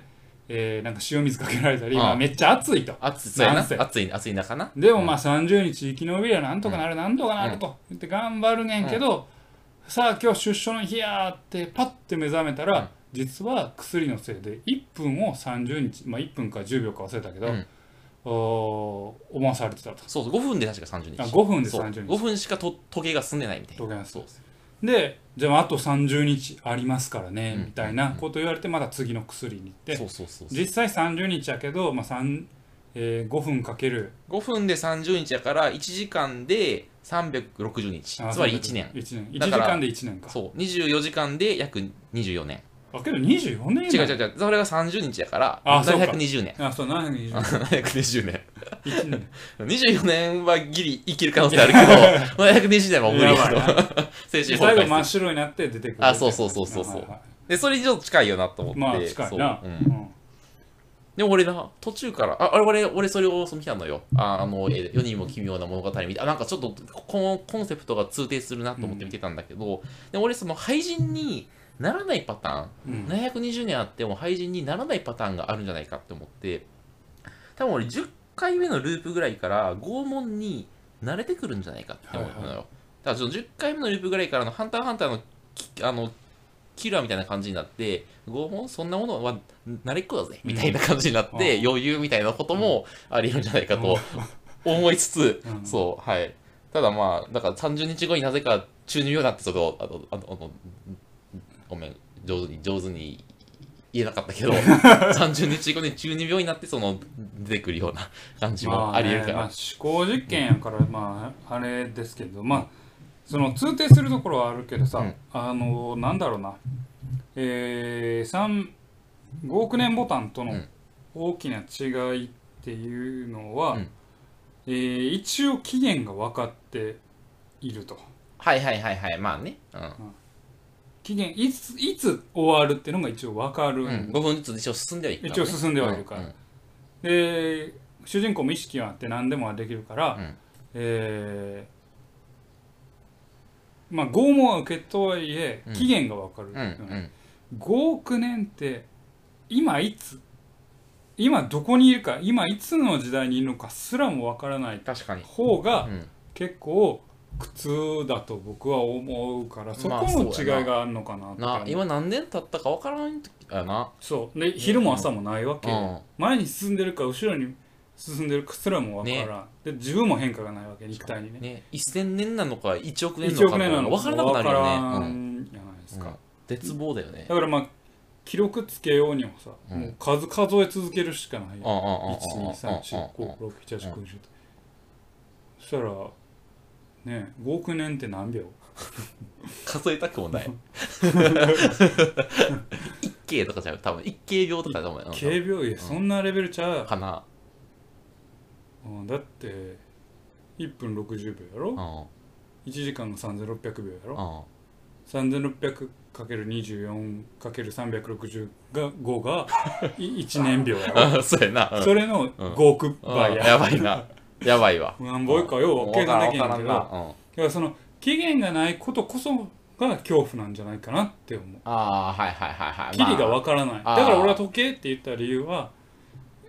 [SPEAKER 1] えーなんか塩水かけられたり、
[SPEAKER 2] うん
[SPEAKER 1] まあ、めっちゃ暑いと
[SPEAKER 2] 暑いそうやな
[SPEAKER 1] なんせ
[SPEAKER 2] 暑い暑い中な
[SPEAKER 1] でもまあ30日生き延びりゃなんとかなる、なんとかなると言って頑張るねんけど、さあ今日出所の日やーってパッて目覚めたら、
[SPEAKER 2] うん
[SPEAKER 1] 実は薬のせいで1分を30日、まあ、1分か10秒か忘れたけど、
[SPEAKER 2] うん
[SPEAKER 1] おー思わされてたと。
[SPEAKER 2] そうそう5分で確か30日
[SPEAKER 1] あ5分で
[SPEAKER 2] そう
[SPEAKER 1] 30日
[SPEAKER 2] 5分しかと時計が進んでないみたいな
[SPEAKER 1] 時計が進
[SPEAKER 2] そ
[SPEAKER 1] ん
[SPEAKER 2] う
[SPEAKER 1] ででじゃああと30日ありますからね、
[SPEAKER 2] うん
[SPEAKER 1] みたいなこと言われてまた次の薬に行って
[SPEAKER 2] そうそうそうそう
[SPEAKER 1] 実際30日やけど、まあ三えー、5分かける
[SPEAKER 2] 5分で30日やから1時間で360日
[SPEAKER 1] あ
[SPEAKER 2] つまり
[SPEAKER 1] そう
[SPEAKER 2] 1年
[SPEAKER 1] 一年1
[SPEAKER 2] だ
[SPEAKER 1] 時
[SPEAKER 2] から
[SPEAKER 1] 間で1年か
[SPEAKER 2] そう24時間で約24年
[SPEAKER 1] あけど24年
[SPEAKER 2] 違う
[SPEAKER 1] や
[SPEAKER 2] 違う違うそれが30日やから
[SPEAKER 1] あそうか
[SPEAKER 2] 720年
[SPEAKER 1] あそう721
[SPEAKER 2] 720年
[SPEAKER 1] 年
[SPEAKER 2] 24年はギリ生きる可能性あるけど720年は無理
[SPEAKER 1] やばい
[SPEAKER 2] やと 精
[SPEAKER 1] 最
[SPEAKER 2] 神崩
[SPEAKER 1] 後真
[SPEAKER 2] 壊
[SPEAKER 1] っ
[SPEAKER 2] する
[SPEAKER 1] 白になって出てくる
[SPEAKER 2] あそうそうそうそうそう
[SPEAKER 1] はいは
[SPEAKER 2] でそれにちょっと近いよなと思って、
[SPEAKER 1] まあ近いな
[SPEAKER 2] そう、う、
[SPEAKER 1] いうん
[SPEAKER 2] でも俺な途中からああれ俺俺それをその見たのよああのえ世にも奇妙な物語見てあなんかちょっとこのコンセプトが通底するなと思って見てたんだけど、で俺その廃人にならないパターン
[SPEAKER 1] んうん
[SPEAKER 2] 720年あっても廃人にならないパターンがあるんじゃないかって思って多分俺10回目のループぐらいから拷問に慣れてくるんじゃないかって思うのよ、
[SPEAKER 1] はいは
[SPEAKER 2] だからその10回目のループぐらいからの「ハンターハンターの」きあのキラーみたいな感じになって拷問そんなものは慣れっこだぜみたいな感じになって、
[SPEAKER 1] うん
[SPEAKER 2] 余裕みたいなこともありえるんじゃないかと思いつつ、
[SPEAKER 1] うん
[SPEAKER 2] そうはいただまあだから30日後になぜか中二病になってそのあのあのあのごめん上手に上手に言えなかった けど30日後に中二病になってその出てくるような感じもありえるから、
[SPEAKER 1] まあねまあ思考実験やからまああれですけどまあその通底するところはあるけどさ、
[SPEAKER 2] うん
[SPEAKER 1] あのなんだろうなえー、三5億年ボタンとの
[SPEAKER 2] うん
[SPEAKER 1] 大きな違いっていうのは、
[SPEAKER 2] うん
[SPEAKER 1] えー一応期限が分かっていると
[SPEAKER 2] はいはいはいはいまあね、う
[SPEAKER 1] 期限いついつ終わるっていうのが一応分かる、
[SPEAKER 2] んうん、5分ずつ一応進んではいから
[SPEAKER 1] 一
[SPEAKER 2] ね
[SPEAKER 1] 応進んではいるから
[SPEAKER 2] うんうん
[SPEAKER 1] で主人公も意識があって何でもできるから、
[SPEAKER 2] うん
[SPEAKER 1] えーまあ拷問は受けとはいえ
[SPEAKER 2] うん
[SPEAKER 1] 期限が分かる、
[SPEAKER 2] うんうん
[SPEAKER 1] 5億年って今いつ今どこにいるか今いつの時代にいるのかすらも分からない
[SPEAKER 2] 確かに、
[SPEAKER 1] 方
[SPEAKER 2] う
[SPEAKER 1] が
[SPEAKER 2] ん、
[SPEAKER 1] 結構苦痛だと僕は思うからそこ
[SPEAKER 2] まあ
[SPEAKER 1] の
[SPEAKER 2] そうやな
[SPEAKER 1] 違いがあるのかなって
[SPEAKER 2] な
[SPEAKER 1] 思う
[SPEAKER 2] 今何年経ったか分からん時やな、
[SPEAKER 1] そうで昼も朝もないわけ
[SPEAKER 2] う
[SPEAKER 1] よ、
[SPEAKER 2] ん、
[SPEAKER 1] 前に進んでるか後ろに進んでるかすらも分からん、で自分も変化がないわけ肉体にね
[SPEAKER 2] ね1000年なのか1億年な
[SPEAKER 1] 1
[SPEAKER 2] のか
[SPEAKER 1] 億年なの
[SPEAKER 2] 分からなくな
[SPEAKER 1] 分か
[SPEAKER 2] るよ
[SPEAKER 1] ら
[SPEAKER 2] ね、うん
[SPEAKER 1] んじゃないですか、
[SPEAKER 2] うん絶望だよね
[SPEAKER 1] だからまあ記録つけようにもさ、
[SPEAKER 2] うん
[SPEAKER 1] もう数数え続けるしかないよ、
[SPEAKER 2] 1
[SPEAKER 1] 1 2 3 4 5 6 7 8 9 1 0そしたらね5億年って何秒
[SPEAKER 2] 数えたくもない一計とかじゃなくて多分一計秒とかだと思うよ
[SPEAKER 1] 軽秒いやそんなレベルちゃう、
[SPEAKER 2] かな、
[SPEAKER 1] うん、だって1分60秒や
[SPEAKER 2] う
[SPEAKER 1] ろ
[SPEAKER 2] ん
[SPEAKER 1] 1時間が3600秒やろ
[SPEAKER 2] うん、
[SPEAKER 1] 3600×24×360 が5が1 年秒やろ
[SPEAKER 2] あそうやな、うん
[SPEAKER 1] それの5億
[SPEAKER 2] うん
[SPEAKER 1] 倍
[SPEAKER 2] や
[SPEAKER 1] や
[SPEAKER 2] ばいなやばいわ
[SPEAKER 1] 何倍かよ
[SPEAKER 2] う
[SPEAKER 1] うん計算できへん
[SPEAKER 2] わから
[SPEAKER 1] け
[SPEAKER 2] ん
[SPEAKER 1] ど
[SPEAKER 2] な
[SPEAKER 1] だか
[SPEAKER 2] うん
[SPEAKER 1] らその期限がないことこそが恐怖なんじゃないかなって思う
[SPEAKER 2] ああはいはいはいは
[SPEAKER 1] キ
[SPEAKER 2] い
[SPEAKER 1] リが
[SPEAKER 2] まあ
[SPEAKER 1] わからないだ
[SPEAKER 2] あー
[SPEAKER 1] から俺は時計って言った理由は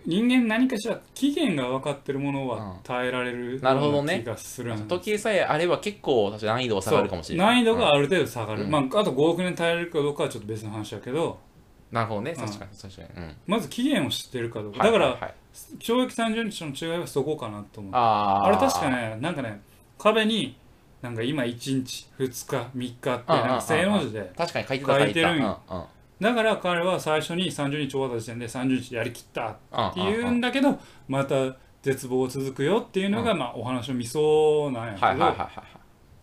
[SPEAKER 1] 人間何かしら期限が分かってるものは耐えられるよう
[SPEAKER 2] なるほどね
[SPEAKER 1] 気がするん
[SPEAKER 2] 時計さえあれば結構確かに難易度は下がるかもしれない
[SPEAKER 1] 難易度がある程度下がる、
[SPEAKER 2] うん
[SPEAKER 1] まあ、あと5億年耐えられるかどうかはちょっと別の話だけど
[SPEAKER 2] うんなるほどね
[SPEAKER 1] うん
[SPEAKER 2] 確かに確かに、うん
[SPEAKER 1] まず期限を知ってるかどうか、
[SPEAKER 2] はい
[SPEAKER 1] だか
[SPEAKER 2] はい
[SPEAKER 1] ら
[SPEAKER 2] はい
[SPEAKER 1] 懲役30日の違いはそこかなと思うあ
[SPEAKER 2] あー
[SPEAKER 1] れ確かねなんかね壁になんか今1日2日3日ってなん
[SPEAKER 2] うんうんうんう
[SPEAKER 1] か
[SPEAKER 2] ん
[SPEAKER 1] 正の字で
[SPEAKER 2] 確かに書いてた
[SPEAKER 1] 書いてるん
[SPEAKER 2] うんう
[SPEAKER 1] よ
[SPEAKER 2] ん
[SPEAKER 1] だから彼は最初に30日終わった時点で30日やりきった
[SPEAKER 2] うん
[SPEAKER 1] ってい
[SPEAKER 2] うん
[SPEAKER 1] う
[SPEAKER 2] うん
[SPEAKER 1] んだけどまた絶望続くよっていうのがまあお話の見そうなんやけど、
[SPEAKER 2] はいはいはいはい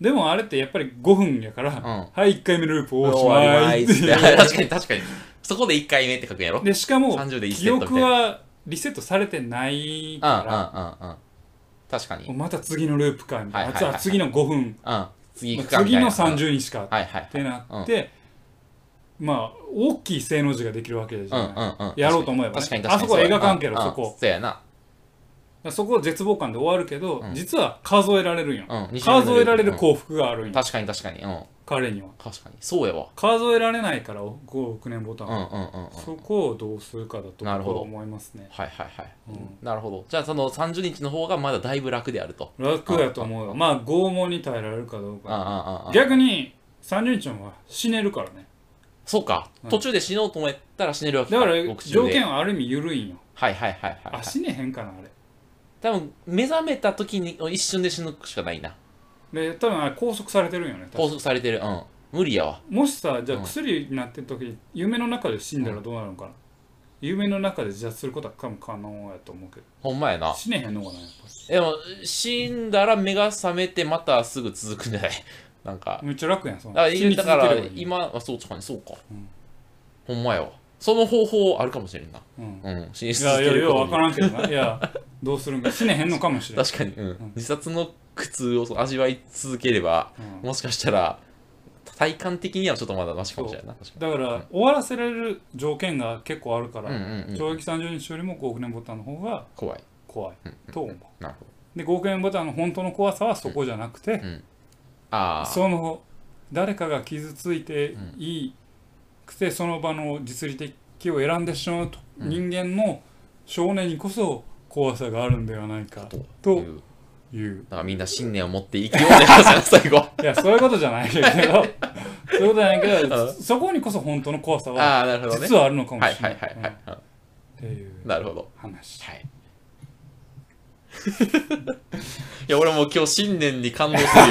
[SPEAKER 1] でもあれってやっぱり5分やから、
[SPEAKER 2] はいうん
[SPEAKER 1] はい1回目のループをしま
[SPEAKER 2] 終わり
[SPEAKER 1] いっ
[SPEAKER 2] ま
[SPEAKER 1] て
[SPEAKER 2] す
[SPEAKER 1] い
[SPEAKER 2] ね
[SPEAKER 1] う
[SPEAKER 2] 確かに確かにそこで1回目って書くんやろ
[SPEAKER 1] でしかも
[SPEAKER 2] 30でリ
[SPEAKER 1] 記
[SPEAKER 2] セットみ
[SPEAKER 1] 憶
[SPEAKER 2] たいな
[SPEAKER 1] はリセットされてないか
[SPEAKER 2] うんうんうんうん確かに
[SPEAKER 1] ら、また次のループかみたいな、
[SPEAKER 2] はいはいはい
[SPEAKER 1] あ次の5分
[SPEAKER 2] うん次行くかみ
[SPEAKER 1] 次
[SPEAKER 2] たいな
[SPEAKER 1] の30日かっ
[SPEAKER 2] はいはい
[SPEAKER 1] てなって、まあ大きい正の字ができるわけじ
[SPEAKER 2] う
[SPEAKER 1] ゃ
[SPEAKER 2] ん
[SPEAKER 1] ない、
[SPEAKER 2] うんうん
[SPEAKER 1] やろうと思えばね
[SPEAKER 2] 確かに確かに
[SPEAKER 1] あそこは
[SPEAKER 2] うやな
[SPEAKER 1] 映画関係の
[SPEAKER 2] うん
[SPEAKER 1] そこ
[SPEAKER 2] そうやな
[SPEAKER 1] そこは絶望感で終わるけど、
[SPEAKER 2] うん
[SPEAKER 1] 実は数えられるんよ、
[SPEAKER 2] うん二種類
[SPEAKER 1] 数えられる
[SPEAKER 2] うん
[SPEAKER 1] 幸福があるんよ、
[SPEAKER 2] 確かに確かにうん
[SPEAKER 1] 彼には
[SPEAKER 2] 確かにそうやわ
[SPEAKER 1] 数えられないから5億年ボタン
[SPEAKER 2] うん
[SPEAKER 1] は、
[SPEAKER 2] うんうんうん
[SPEAKER 1] そこをどうするかだと僕
[SPEAKER 2] なるほ
[SPEAKER 1] は
[SPEAKER 2] ど
[SPEAKER 1] 思いますね
[SPEAKER 2] はいはいはい、
[SPEAKER 1] うん
[SPEAKER 2] なるほどじゃあその30日の方がまだだいぶ楽であると
[SPEAKER 1] 楽だと思うよまあ拷問に耐えられるかどう
[SPEAKER 2] うんうんう
[SPEAKER 1] か
[SPEAKER 2] んうん
[SPEAKER 1] 逆に30日は死ねるからね
[SPEAKER 2] そうか
[SPEAKER 1] うん
[SPEAKER 2] 途中で死のうと思ったら死ねるわけ
[SPEAKER 1] だから
[SPEAKER 2] 獄中で
[SPEAKER 1] 条件はある意味緩いんよ
[SPEAKER 2] はいはいはいはい、は
[SPEAKER 1] あ
[SPEAKER 2] い、
[SPEAKER 1] 死ねへんかなあれ
[SPEAKER 2] 多分目覚めた時に一瞬で死ぬしかないな
[SPEAKER 1] で多分あれ拘束されてるんよね多
[SPEAKER 2] 拘
[SPEAKER 1] 分
[SPEAKER 2] 束されてるうん無理やわ
[SPEAKER 1] もしさじゃ
[SPEAKER 2] う
[SPEAKER 1] あ
[SPEAKER 2] ん
[SPEAKER 1] 薬になってる時に夢の中で死んだらどうなるのかな夢の中で自殺することは多分可能やと思うけど
[SPEAKER 2] ほんまやな
[SPEAKER 1] 死ねへんのかなやっぱ
[SPEAKER 2] でも死んだら目が覚めてまたすぐ続くんじゃない なんか
[SPEAKER 1] めっちゃ楽やんその
[SPEAKER 2] だから
[SPEAKER 1] 死に
[SPEAKER 2] だ
[SPEAKER 1] 続
[SPEAKER 2] か
[SPEAKER 1] け
[SPEAKER 2] ら
[SPEAKER 1] ればいい
[SPEAKER 2] 今はそう確かにそうか、
[SPEAKER 1] うん
[SPEAKER 2] ほんまやわその方法あるかもしれんな
[SPEAKER 1] うん
[SPEAKER 2] うん死に
[SPEAKER 1] い
[SPEAKER 2] 続
[SPEAKER 1] やい
[SPEAKER 2] け
[SPEAKER 1] や
[SPEAKER 2] る
[SPEAKER 1] よう
[SPEAKER 2] こ
[SPEAKER 1] 分
[SPEAKER 2] と
[SPEAKER 1] か
[SPEAKER 2] に
[SPEAKER 1] らんけどないやどうするんか死ねへんのかもしれん、
[SPEAKER 2] 確かに、うん自殺の苦痛を味わい続ければ
[SPEAKER 1] うん
[SPEAKER 2] もしかしたら体感的にはちょっとまだマシかもしれないな確か
[SPEAKER 1] だから終わらせられる条件が結構あるから、
[SPEAKER 2] にうんうんうん
[SPEAKER 1] 懲役30日よりも5億年ボタンの方が
[SPEAKER 2] 怖い
[SPEAKER 1] 怖いと思う、
[SPEAKER 2] なるほど
[SPEAKER 1] で5億年ボタンの本当の怖さはそこじゃなくて、
[SPEAKER 2] ああ
[SPEAKER 1] その誰かが傷ついていいくて、その場の実利的を選んでしまうと、
[SPEAKER 2] うん
[SPEAKER 1] 人間の少年にこそ怖さがあるんではないか
[SPEAKER 2] と
[SPEAKER 1] と
[SPEAKER 2] いう
[SPEAKER 1] いう
[SPEAKER 2] だからみんな信念を持って生きようね最 後
[SPEAKER 1] いやそういうことじゃない けどそういうことじゃないけ
[SPEAKER 2] う
[SPEAKER 1] ど
[SPEAKER 2] ん
[SPEAKER 1] そこにこそ本当の怖さは
[SPEAKER 2] ああなるほどね
[SPEAKER 1] 実はあるのかも
[SPEAKER 2] はい
[SPEAKER 1] しれ
[SPEAKER 2] は
[SPEAKER 1] ないい
[SPEAKER 2] はいはい、うん
[SPEAKER 1] っていう
[SPEAKER 2] なるほど
[SPEAKER 1] 話
[SPEAKER 2] はい いや俺もう今日信念に感動す るよ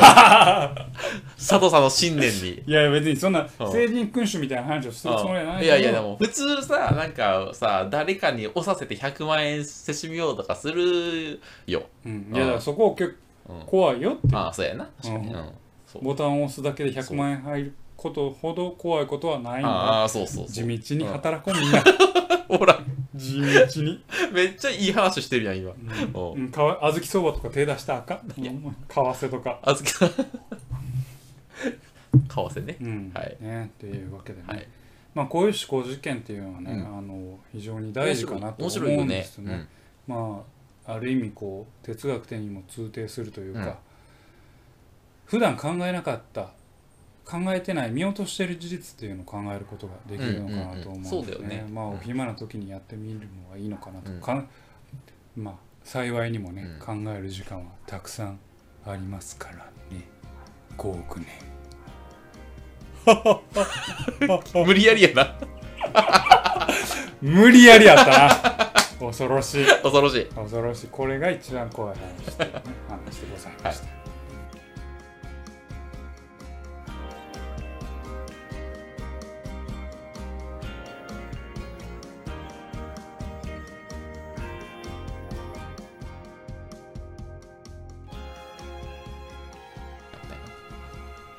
[SPEAKER 2] 佐藤さんの信念に
[SPEAKER 1] いや別にそんな
[SPEAKER 2] うん
[SPEAKER 1] 成人君主みたいな話をするつもりはない
[SPEAKER 2] い
[SPEAKER 1] けど
[SPEAKER 2] やいやでも普通さなんかさ誰かに押させて100万円せしみようとかするよ
[SPEAKER 1] うんいやだからそこを結構
[SPEAKER 2] うん
[SPEAKER 1] 怖いよって
[SPEAKER 2] ああそうやな確かに、
[SPEAKER 1] う
[SPEAKER 2] うんんそう
[SPEAKER 1] ボタンを押すだけで100万円入ることほど怖いことはないんだ
[SPEAKER 2] ああそうそうそ
[SPEAKER 1] 地
[SPEAKER 2] う
[SPEAKER 1] 道に働こうみんな
[SPEAKER 2] ほら
[SPEAKER 1] 地道に
[SPEAKER 2] めっちゃいい話してるやん今おう
[SPEAKER 1] うんかわ小豆相場とか手出したらあかんうん為替とか
[SPEAKER 2] あずき さん顔合わせね
[SPEAKER 1] うん
[SPEAKER 2] はい
[SPEAKER 1] ねっていうわけでね
[SPEAKER 2] はい
[SPEAKER 1] まあこういう思考実験っていうのはね
[SPEAKER 2] う
[SPEAKER 1] あの非常に大事かなと
[SPEAKER 2] 面
[SPEAKER 1] 思
[SPEAKER 2] 白いよ
[SPEAKER 1] うんで
[SPEAKER 2] ね
[SPEAKER 1] すよねまあある意味こう哲学的にも通底するというか、
[SPEAKER 2] うん
[SPEAKER 1] 普段考えなかった考えてない見落としてる事実っていうのを考えることができるのかなと思うんですね,、
[SPEAKER 2] うんうんうんそうだよね
[SPEAKER 1] まあ
[SPEAKER 2] うん
[SPEAKER 1] お暇な時にやってみるのがいいのかなと、
[SPEAKER 2] うん
[SPEAKER 1] かまあ幸いにもね、
[SPEAKER 2] う
[SPEAKER 1] 考える時間はたくさんありますからね5億 年
[SPEAKER 2] うん無理やりやな
[SPEAKER 1] 無理やりやったな恐ろしい
[SPEAKER 2] 恐ろしい
[SPEAKER 1] 恐ろしいこれが一番怖い話で、ね、話でございました。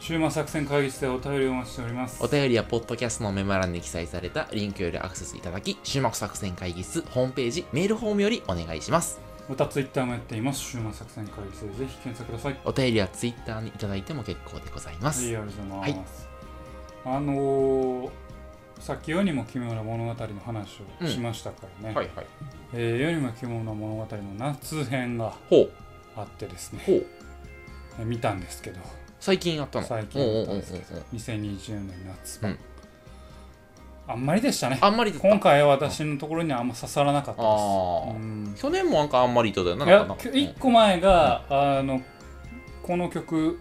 [SPEAKER 1] 終末作戦会議室でお便りをお待ちしております
[SPEAKER 2] お便りはポッドキャストのメモ欄に記載されたリンクよりアクセスいただき、終幕作戦会議室ホームページ、メールフォームよりお願いします。
[SPEAKER 1] またツイッターもやっています終末作戦会議室でぜひ検索ください
[SPEAKER 2] お便りはツイッターにいただいても結構でございま
[SPEAKER 1] あ
[SPEAKER 2] す。
[SPEAKER 1] りがとうございます、あのーさっき世にも奇妙な物語の話をしましたからね、
[SPEAKER 2] はいはい。
[SPEAKER 1] えー世にも奇妙な物語の夏編が
[SPEAKER 2] ほう、
[SPEAKER 1] あってですね、
[SPEAKER 2] ほう。
[SPEAKER 1] えー見たんですけど
[SPEAKER 2] 最近やったの
[SPEAKER 1] 最近
[SPEAKER 2] おうお
[SPEAKER 1] や
[SPEAKER 2] う
[SPEAKER 1] った
[SPEAKER 2] お
[SPEAKER 1] ん
[SPEAKER 2] う
[SPEAKER 1] ですけ
[SPEAKER 2] おう
[SPEAKER 1] ど
[SPEAKER 2] おう
[SPEAKER 1] 2020年夏版、
[SPEAKER 2] うん
[SPEAKER 1] あんまりでしたね
[SPEAKER 2] あんまりだった。
[SPEAKER 1] 今回は私のところにはあんま刺さらなかった
[SPEAKER 2] あ
[SPEAKER 1] です
[SPEAKER 2] ー
[SPEAKER 1] うん
[SPEAKER 2] 去年もなんかあんまりとだよな。
[SPEAKER 1] い
[SPEAKER 2] なん
[SPEAKER 1] や
[SPEAKER 2] かな
[SPEAKER 1] 1個前が、あのこの曲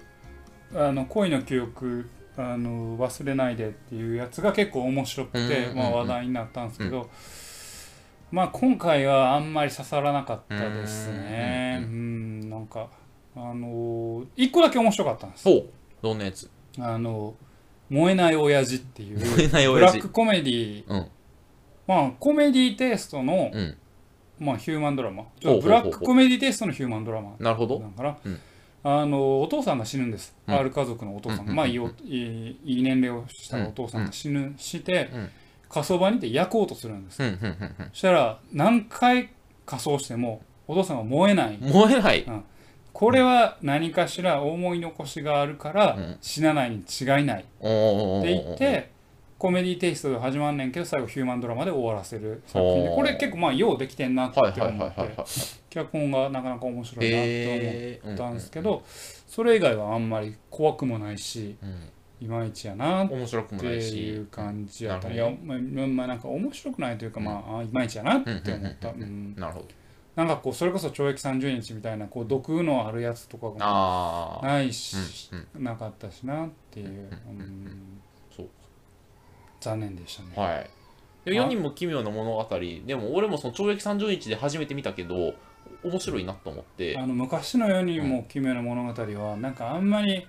[SPEAKER 1] あの「恋の記憶あの忘れないで」っていうやつが結構面白くて、
[SPEAKER 2] うん
[SPEAKER 1] まあ、話題になったんですけど、まあ今回はあんまり刺さらなかったですね
[SPEAKER 2] う
[SPEAKER 1] うんんなんかあの1個だけ面白かったんです
[SPEAKER 2] ほう、どんなやつ
[SPEAKER 1] あの燃えない親父っていう
[SPEAKER 2] 燃えない
[SPEAKER 1] ブ
[SPEAKER 2] 親
[SPEAKER 1] ラ
[SPEAKER 2] 父
[SPEAKER 1] ック。コメディ
[SPEAKER 2] うん、
[SPEAKER 1] まあコメディテイストの、
[SPEAKER 2] うん。
[SPEAKER 1] まあ、ヒューマンドラマ
[SPEAKER 2] ほうほうほう
[SPEAKER 1] ブラックコメディテイストのヒューマンドラマ
[SPEAKER 2] なるほ
[SPEAKER 1] だ
[SPEAKER 2] ど。
[SPEAKER 1] から、
[SPEAKER 2] うん
[SPEAKER 1] あのお父さんが死ぬんです、
[SPEAKER 2] うん
[SPEAKER 1] R 家族のお父さんが、
[SPEAKER 2] うん
[SPEAKER 1] まあいいおいいいい年齢をしたお父さんが死ぬ、して、
[SPEAKER 2] うん
[SPEAKER 1] 火葬場にて焼こうとするんです、
[SPEAKER 2] うん、うん、うん
[SPEAKER 1] そしたら何回火葬してもお父さんは燃えない、
[SPEAKER 2] うん。燃えない。
[SPEAKER 1] これは何かしら思い残しがあるから
[SPEAKER 2] うん
[SPEAKER 1] 死なないに違いない
[SPEAKER 2] おうおうおうおう
[SPEAKER 1] って言ってコメディテイストで始まんねんけど最後ヒューマンドラマで終わらせる作品で
[SPEAKER 2] おー
[SPEAKER 1] これ結構まあようできてんなって
[SPEAKER 2] はい
[SPEAKER 1] 思
[SPEAKER 2] はいはい
[SPEAKER 1] っ
[SPEAKER 2] はい
[SPEAKER 1] て
[SPEAKER 2] はい。
[SPEAKER 1] 脚本がなかなか面白いなって思って。
[SPEAKER 2] えー、
[SPEAKER 1] ったんですけど、それ以外はあんまり怖くもないし
[SPEAKER 2] うん、うん
[SPEAKER 1] いまいちやなっ
[SPEAKER 2] 面白くも
[SPEAKER 1] て
[SPEAKER 2] ない
[SPEAKER 1] い
[SPEAKER 2] し
[SPEAKER 1] う。感じやった
[SPEAKER 2] ないるほ
[SPEAKER 1] や
[SPEAKER 2] ど
[SPEAKER 1] まあまあなんか面白くないというか、
[SPEAKER 2] うん
[SPEAKER 1] まああいまいちやなって思った、
[SPEAKER 2] うん
[SPEAKER 1] うん
[SPEAKER 2] なるほど。
[SPEAKER 1] なんかこうそれこそ懲役30日みたいなこう毒のあるやつとかが
[SPEAKER 2] ああ、
[SPEAKER 1] ないし、
[SPEAKER 2] うん
[SPEAKER 1] なかったしなっていう、
[SPEAKER 2] うんうんうんうん
[SPEAKER 1] うん
[SPEAKER 2] そう。
[SPEAKER 1] 残念でしたね、
[SPEAKER 2] はい。で
[SPEAKER 1] はい
[SPEAKER 2] 4人も奇妙な物語、でも俺もその懲役30日で初めて見たけど、面白いなと思って、
[SPEAKER 1] あの昔の世にも奇妙な物語はなんかあんまり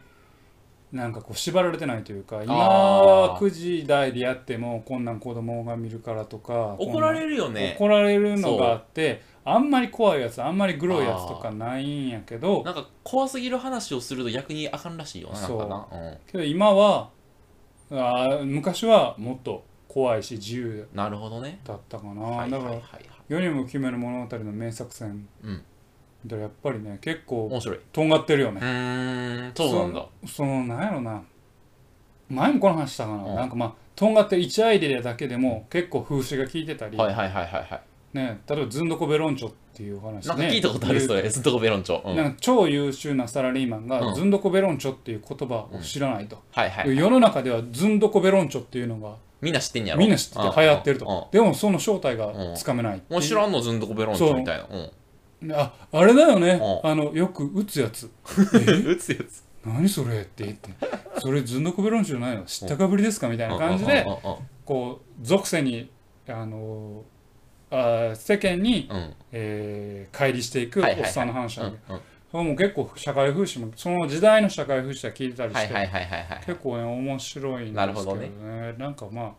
[SPEAKER 1] なんかこう縛られてないというか今
[SPEAKER 2] あー
[SPEAKER 1] 9時台でやってもこんなん子供が見るからとか
[SPEAKER 2] 怒られ
[SPEAKER 1] る
[SPEAKER 2] るよね。
[SPEAKER 1] 怒られるのがあってあんまり怖いやつあんまりグロいやつとかないんやけど
[SPEAKER 2] なんか怖すぎる話をすると逆にあかんらしいよな、なんかな。うん
[SPEAKER 1] けど今はあー昔はもっと怖いし自由
[SPEAKER 2] なるほどね。
[SPEAKER 1] だったかな、
[SPEAKER 2] はい
[SPEAKER 1] だ
[SPEAKER 2] はい
[SPEAKER 1] か
[SPEAKER 2] はい
[SPEAKER 1] ら
[SPEAKER 2] はい。
[SPEAKER 1] 世にも奇妙な物語の名作戦
[SPEAKER 2] うん、
[SPEAKER 1] でやっぱりね結構
[SPEAKER 2] 面白い。
[SPEAKER 1] とんがってるよね
[SPEAKER 2] うーん、そうなんだ。
[SPEAKER 1] そのなんやろな前もこの話したかな、
[SPEAKER 2] うん
[SPEAKER 1] なんかまあとんがってる1アイデアだけでも結構風刺が効いてたり、
[SPEAKER 2] はいはいはいはいは
[SPEAKER 1] ね、例えばズンドコベロンチョっていうお話
[SPEAKER 2] い。
[SPEAKER 1] ね
[SPEAKER 2] なんか聞いたことある、それ。ずっとベロンチョ。うん、
[SPEAKER 1] なんか超優秀なサラリーマン
[SPEAKER 2] う
[SPEAKER 1] が
[SPEAKER 2] ん
[SPEAKER 1] ズンドコベロンチョっていう言葉を知らないと、
[SPEAKER 2] はいはい。
[SPEAKER 1] 世の中ではズンドコベロンチョっていうのが
[SPEAKER 2] みんな知ってんやろ
[SPEAKER 1] みんな知ってて流行ってる
[SPEAKER 2] うんうん
[SPEAKER 1] と、でもその正体がつかめないってい
[SPEAKER 2] もう知らんのずんどこベロンチョみたいな。うん。
[SPEAKER 1] うああれだよね、
[SPEAKER 2] う
[SPEAKER 1] あのよく打つやつ
[SPEAKER 2] 打つやつ。
[SPEAKER 1] 何それって言ってそれズンドコベロンチョじゃないの知ったかぶりですかみたいな感じで
[SPEAKER 2] うんうん
[SPEAKER 1] こう俗世にあのーあー世間に、
[SPEAKER 2] うんうん。うん
[SPEAKER 1] えー乖離していくお
[SPEAKER 2] はいはいはい
[SPEAKER 1] っさんの話
[SPEAKER 2] う
[SPEAKER 1] なん
[SPEAKER 2] ん
[SPEAKER 1] で、
[SPEAKER 2] うん
[SPEAKER 1] それも結構社会風刺もその時代の社会風刺は聞いてたりして、
[SPEAKER 2] はいはいはいはいはい。
[SPEAKER 1] 結構ね面白いんです
[SPEAKER 2] な
[SPEAKER 1] け
[SPEAKER 2] るほ
[SPEAKER 1] ど
[SPEAKER 2] ど
[SPEAKER 1] ね
[SPEAKER 2] ね
[SPEAKER 1] なんかまあ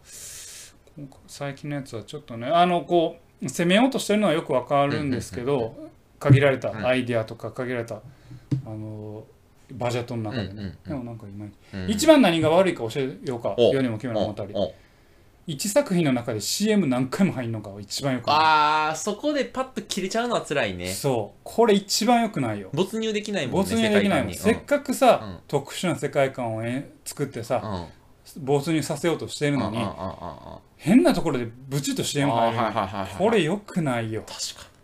[SPEAKER 1] 今回最近のやつはちょっとねあのこう攻めようとしてるのはよくわかるんですけど、限られたアイデアとか限られた、あのーバジェットの中でね、
[SPEAKER 2] うんうん
[SPEAKER 1] でもなんか今、
[SPEAKER 2] うん
[SPEAKER 1] 一番何が悪いか教えようか
[SPEAKER 2] お
[SPEAKER 1] 世にも奇妙な物語
[SPEAKER 2] うんうん
[SPEAKER 1] 一作品の中で CM 何回も入るのが一番よくな
[SPEAKER 2] あー、そこでパッと切れちゃうのは辛い
[SPEAKER 1] い、
[SPEAKER 2] ね。
[SPEAKER 1] そうこれ一番よくないよ
[SPEAKER 2] 没入できないもんね。
[SPEAKER 1] 没入できないもん、
[SPEAKER 2] 世
[SPEAKER 1] せ
[SPEAKER 2] 界
[SPEAKER 1] っかくさ、
[SPEAKER 2] うん
[SPEAKER 1] 特殊な世界観をえん作ってさ、
[SPEAKER 2] 観に
[SPEAKER 1] 没入させようとして
[SPEAKER 2] う
[SPEAKER 1] る
[SPEAKER 2] ん。
[SPEAKER 1] のに、
[SPEAKER 2] うんうんうんうんうんあ
[SPEAKER 1] 変なところでブチッと CM
[SPEAKER 2] ーは
[SPEAKER 1] 入
[SPEAKER 2] い
[SPEAKER 1] る、
[SPEAKER 2] はいはいはい。
[SPEAKER 1] これよくないよ
[SPEAKER 2] 確かに。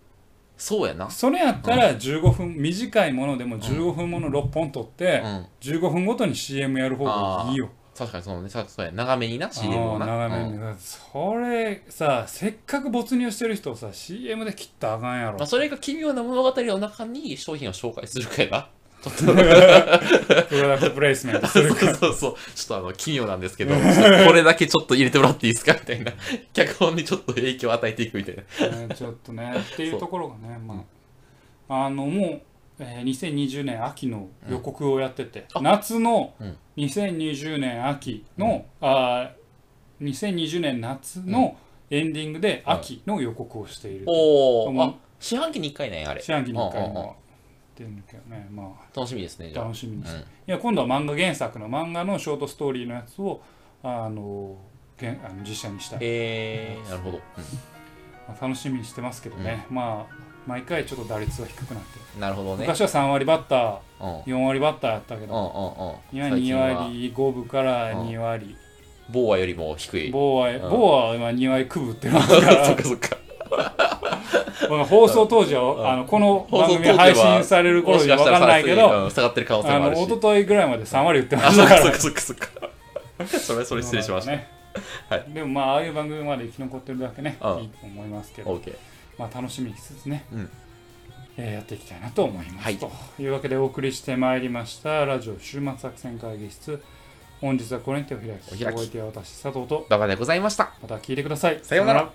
[SPEAKER 2] そうやな。
[SPEAKER 1] それやったら15分、短いものでも15分もの6本撮って、
[SPEAKER 2] うん。
[SPEAKER 1] 15分ごとに CM やる方がいいよ
[SPEAKER 2] 確かにそうね。さそうや。長めにな、CM をな。
[SPEAKER 1] あー長め
[SPEAKER 2] うん
[SPEAKER 1] に、それさせっかく没入してる人をさ CM で切ったらあかんやろ
[SPEAKER 2] まあ、それが奇妙な物語の中に商品を紹介するかやな。ちょっと。
[SPEAKER 1] プロダクトプレイスメントす
[SPEAKER 2] そう
[SPEAKER 1] るか
[SPEAKER 2] そう
[SPEAKER 1] ら
[SPEAKER 2] そうそう。ちょっとあの、奇妙なんですけど、ちょっとこれだけちょっと入れてもらっていいですかみたいな。 脚本にちょっと影響を与えていくみたいな。
[SPEAKER 1] ねちょっとねっていうところがねまああのもう、えー2020年秋の予告をやってて、
[SPEAKER 2] うん
[SPEAKER 1] 夏の
[SPEAKER 2] うん
[SPEAKER 1] 2020年秋の、あー2020年夏のエンディングで秋の予告をしている、
[SPEAKER 2] お
[SPEAKER 1] うん
[SPEAKER 2] ー、あ、四半期に1回ね、あれ。
[SPEAKER 1] 四半期に1回のってるんだけどねま
[SPEAKER 2] 楽しみですね、じ
[SPEAKER 1] あ
[SPEAKER 2] ゃあ。
[SPEAKER 1] 楽しみにして、
[SPEAKER 2] うん
[SPEAKER 1] いや今度は漫画原作の漫画のショートストーリーのやつをあの原あの実写にしたい、
[SPEAKER 2] えー、なるほど。
[SPEAKER 1] まあ楽しみにしてますけどね、まあ毎回ちょっと打率が低くなってる、
[SPEAKER 2] うんなるほどね。
[SPEAKER 1] 昔は3割バッタ
[SPEAKER 2] うん。うん
[SPEAKER 1] ー4割バッターやったけど、今
[SPEAKER 2] うんうん。最近
[SPEAKER 1] 2
[SPEAKER 2] は、
[SPEAKER 1] 割5分から2割、
[SPEAKER 2] ボーアよりも低い。
[SPEAKER 1] 某は
[SPEAKER 2] うん
[SPEAKER 1] 某は今2割9分ってなったか
[SPEAKER 2] そっ
[SPEAKER 1] ら
[SPEAKER 2] かそっか。
[SPEAKER 1] まあ放送当時は、
[SPEAKER 2] ん
[SPEAKER 1] あのこの
[SPEAKER 2] 放
[SPEAKER 1] 番
[SPEAKER 2] 送
[SPEAKER 1] 組が配信される頃
[SPEAKER 2] もし
[SPEAKER 1] には
[SPEAKER 2] かし
[SPEAKER 1] 分
[SPEAKER 2] た
[SPEAKER 1] からんないけど、
[SPEAKER 2] うん下がってる可能性
[SPEAKER 1] あ
[SPEAKER 2] もあ
[SPEAKER 1] の
[SPEAKER 2] るし
[SPEAKER 1] 一。昨日ぐらいまで3割打ってま
[SPEAKER 2] あ、
[SPEAKER 1] し
[SPEAKER 2] そった
[SPEAKER 1] か
[SPEAKER 2] からそっかそっかそっか。 それ、それ失礼しました。
[SPEAKER 1] ね
[SPEAKER 2] はい
[SPEAKER 1] でもまあああいう番組まで生き残ってるだけね、
[SPEAKER 2] うん
[SPEAKER 1] いいと思いますけど、
[SPEAKER 2] OK。
[SPEAKER 1] まあ、楽しみにしつつね、
[SPEAKER 2] うん
[SPEAKER 1] えーやっていきたいなと思います、
[SPEAKER 2] はい
[SPEAKER 1] というわけでお送りしてまいりましたラジオ週末作戦会議室本日はこれに手を開き
[SPEAKER 2] お開き
[SPEAKER 1] お相手は私佐藤と
[SPEAKER 2] バカでございました。
[SPEAKER 1] また聞いてください
[SPEAKER 2] さようなら
[SPEAKER 1] ら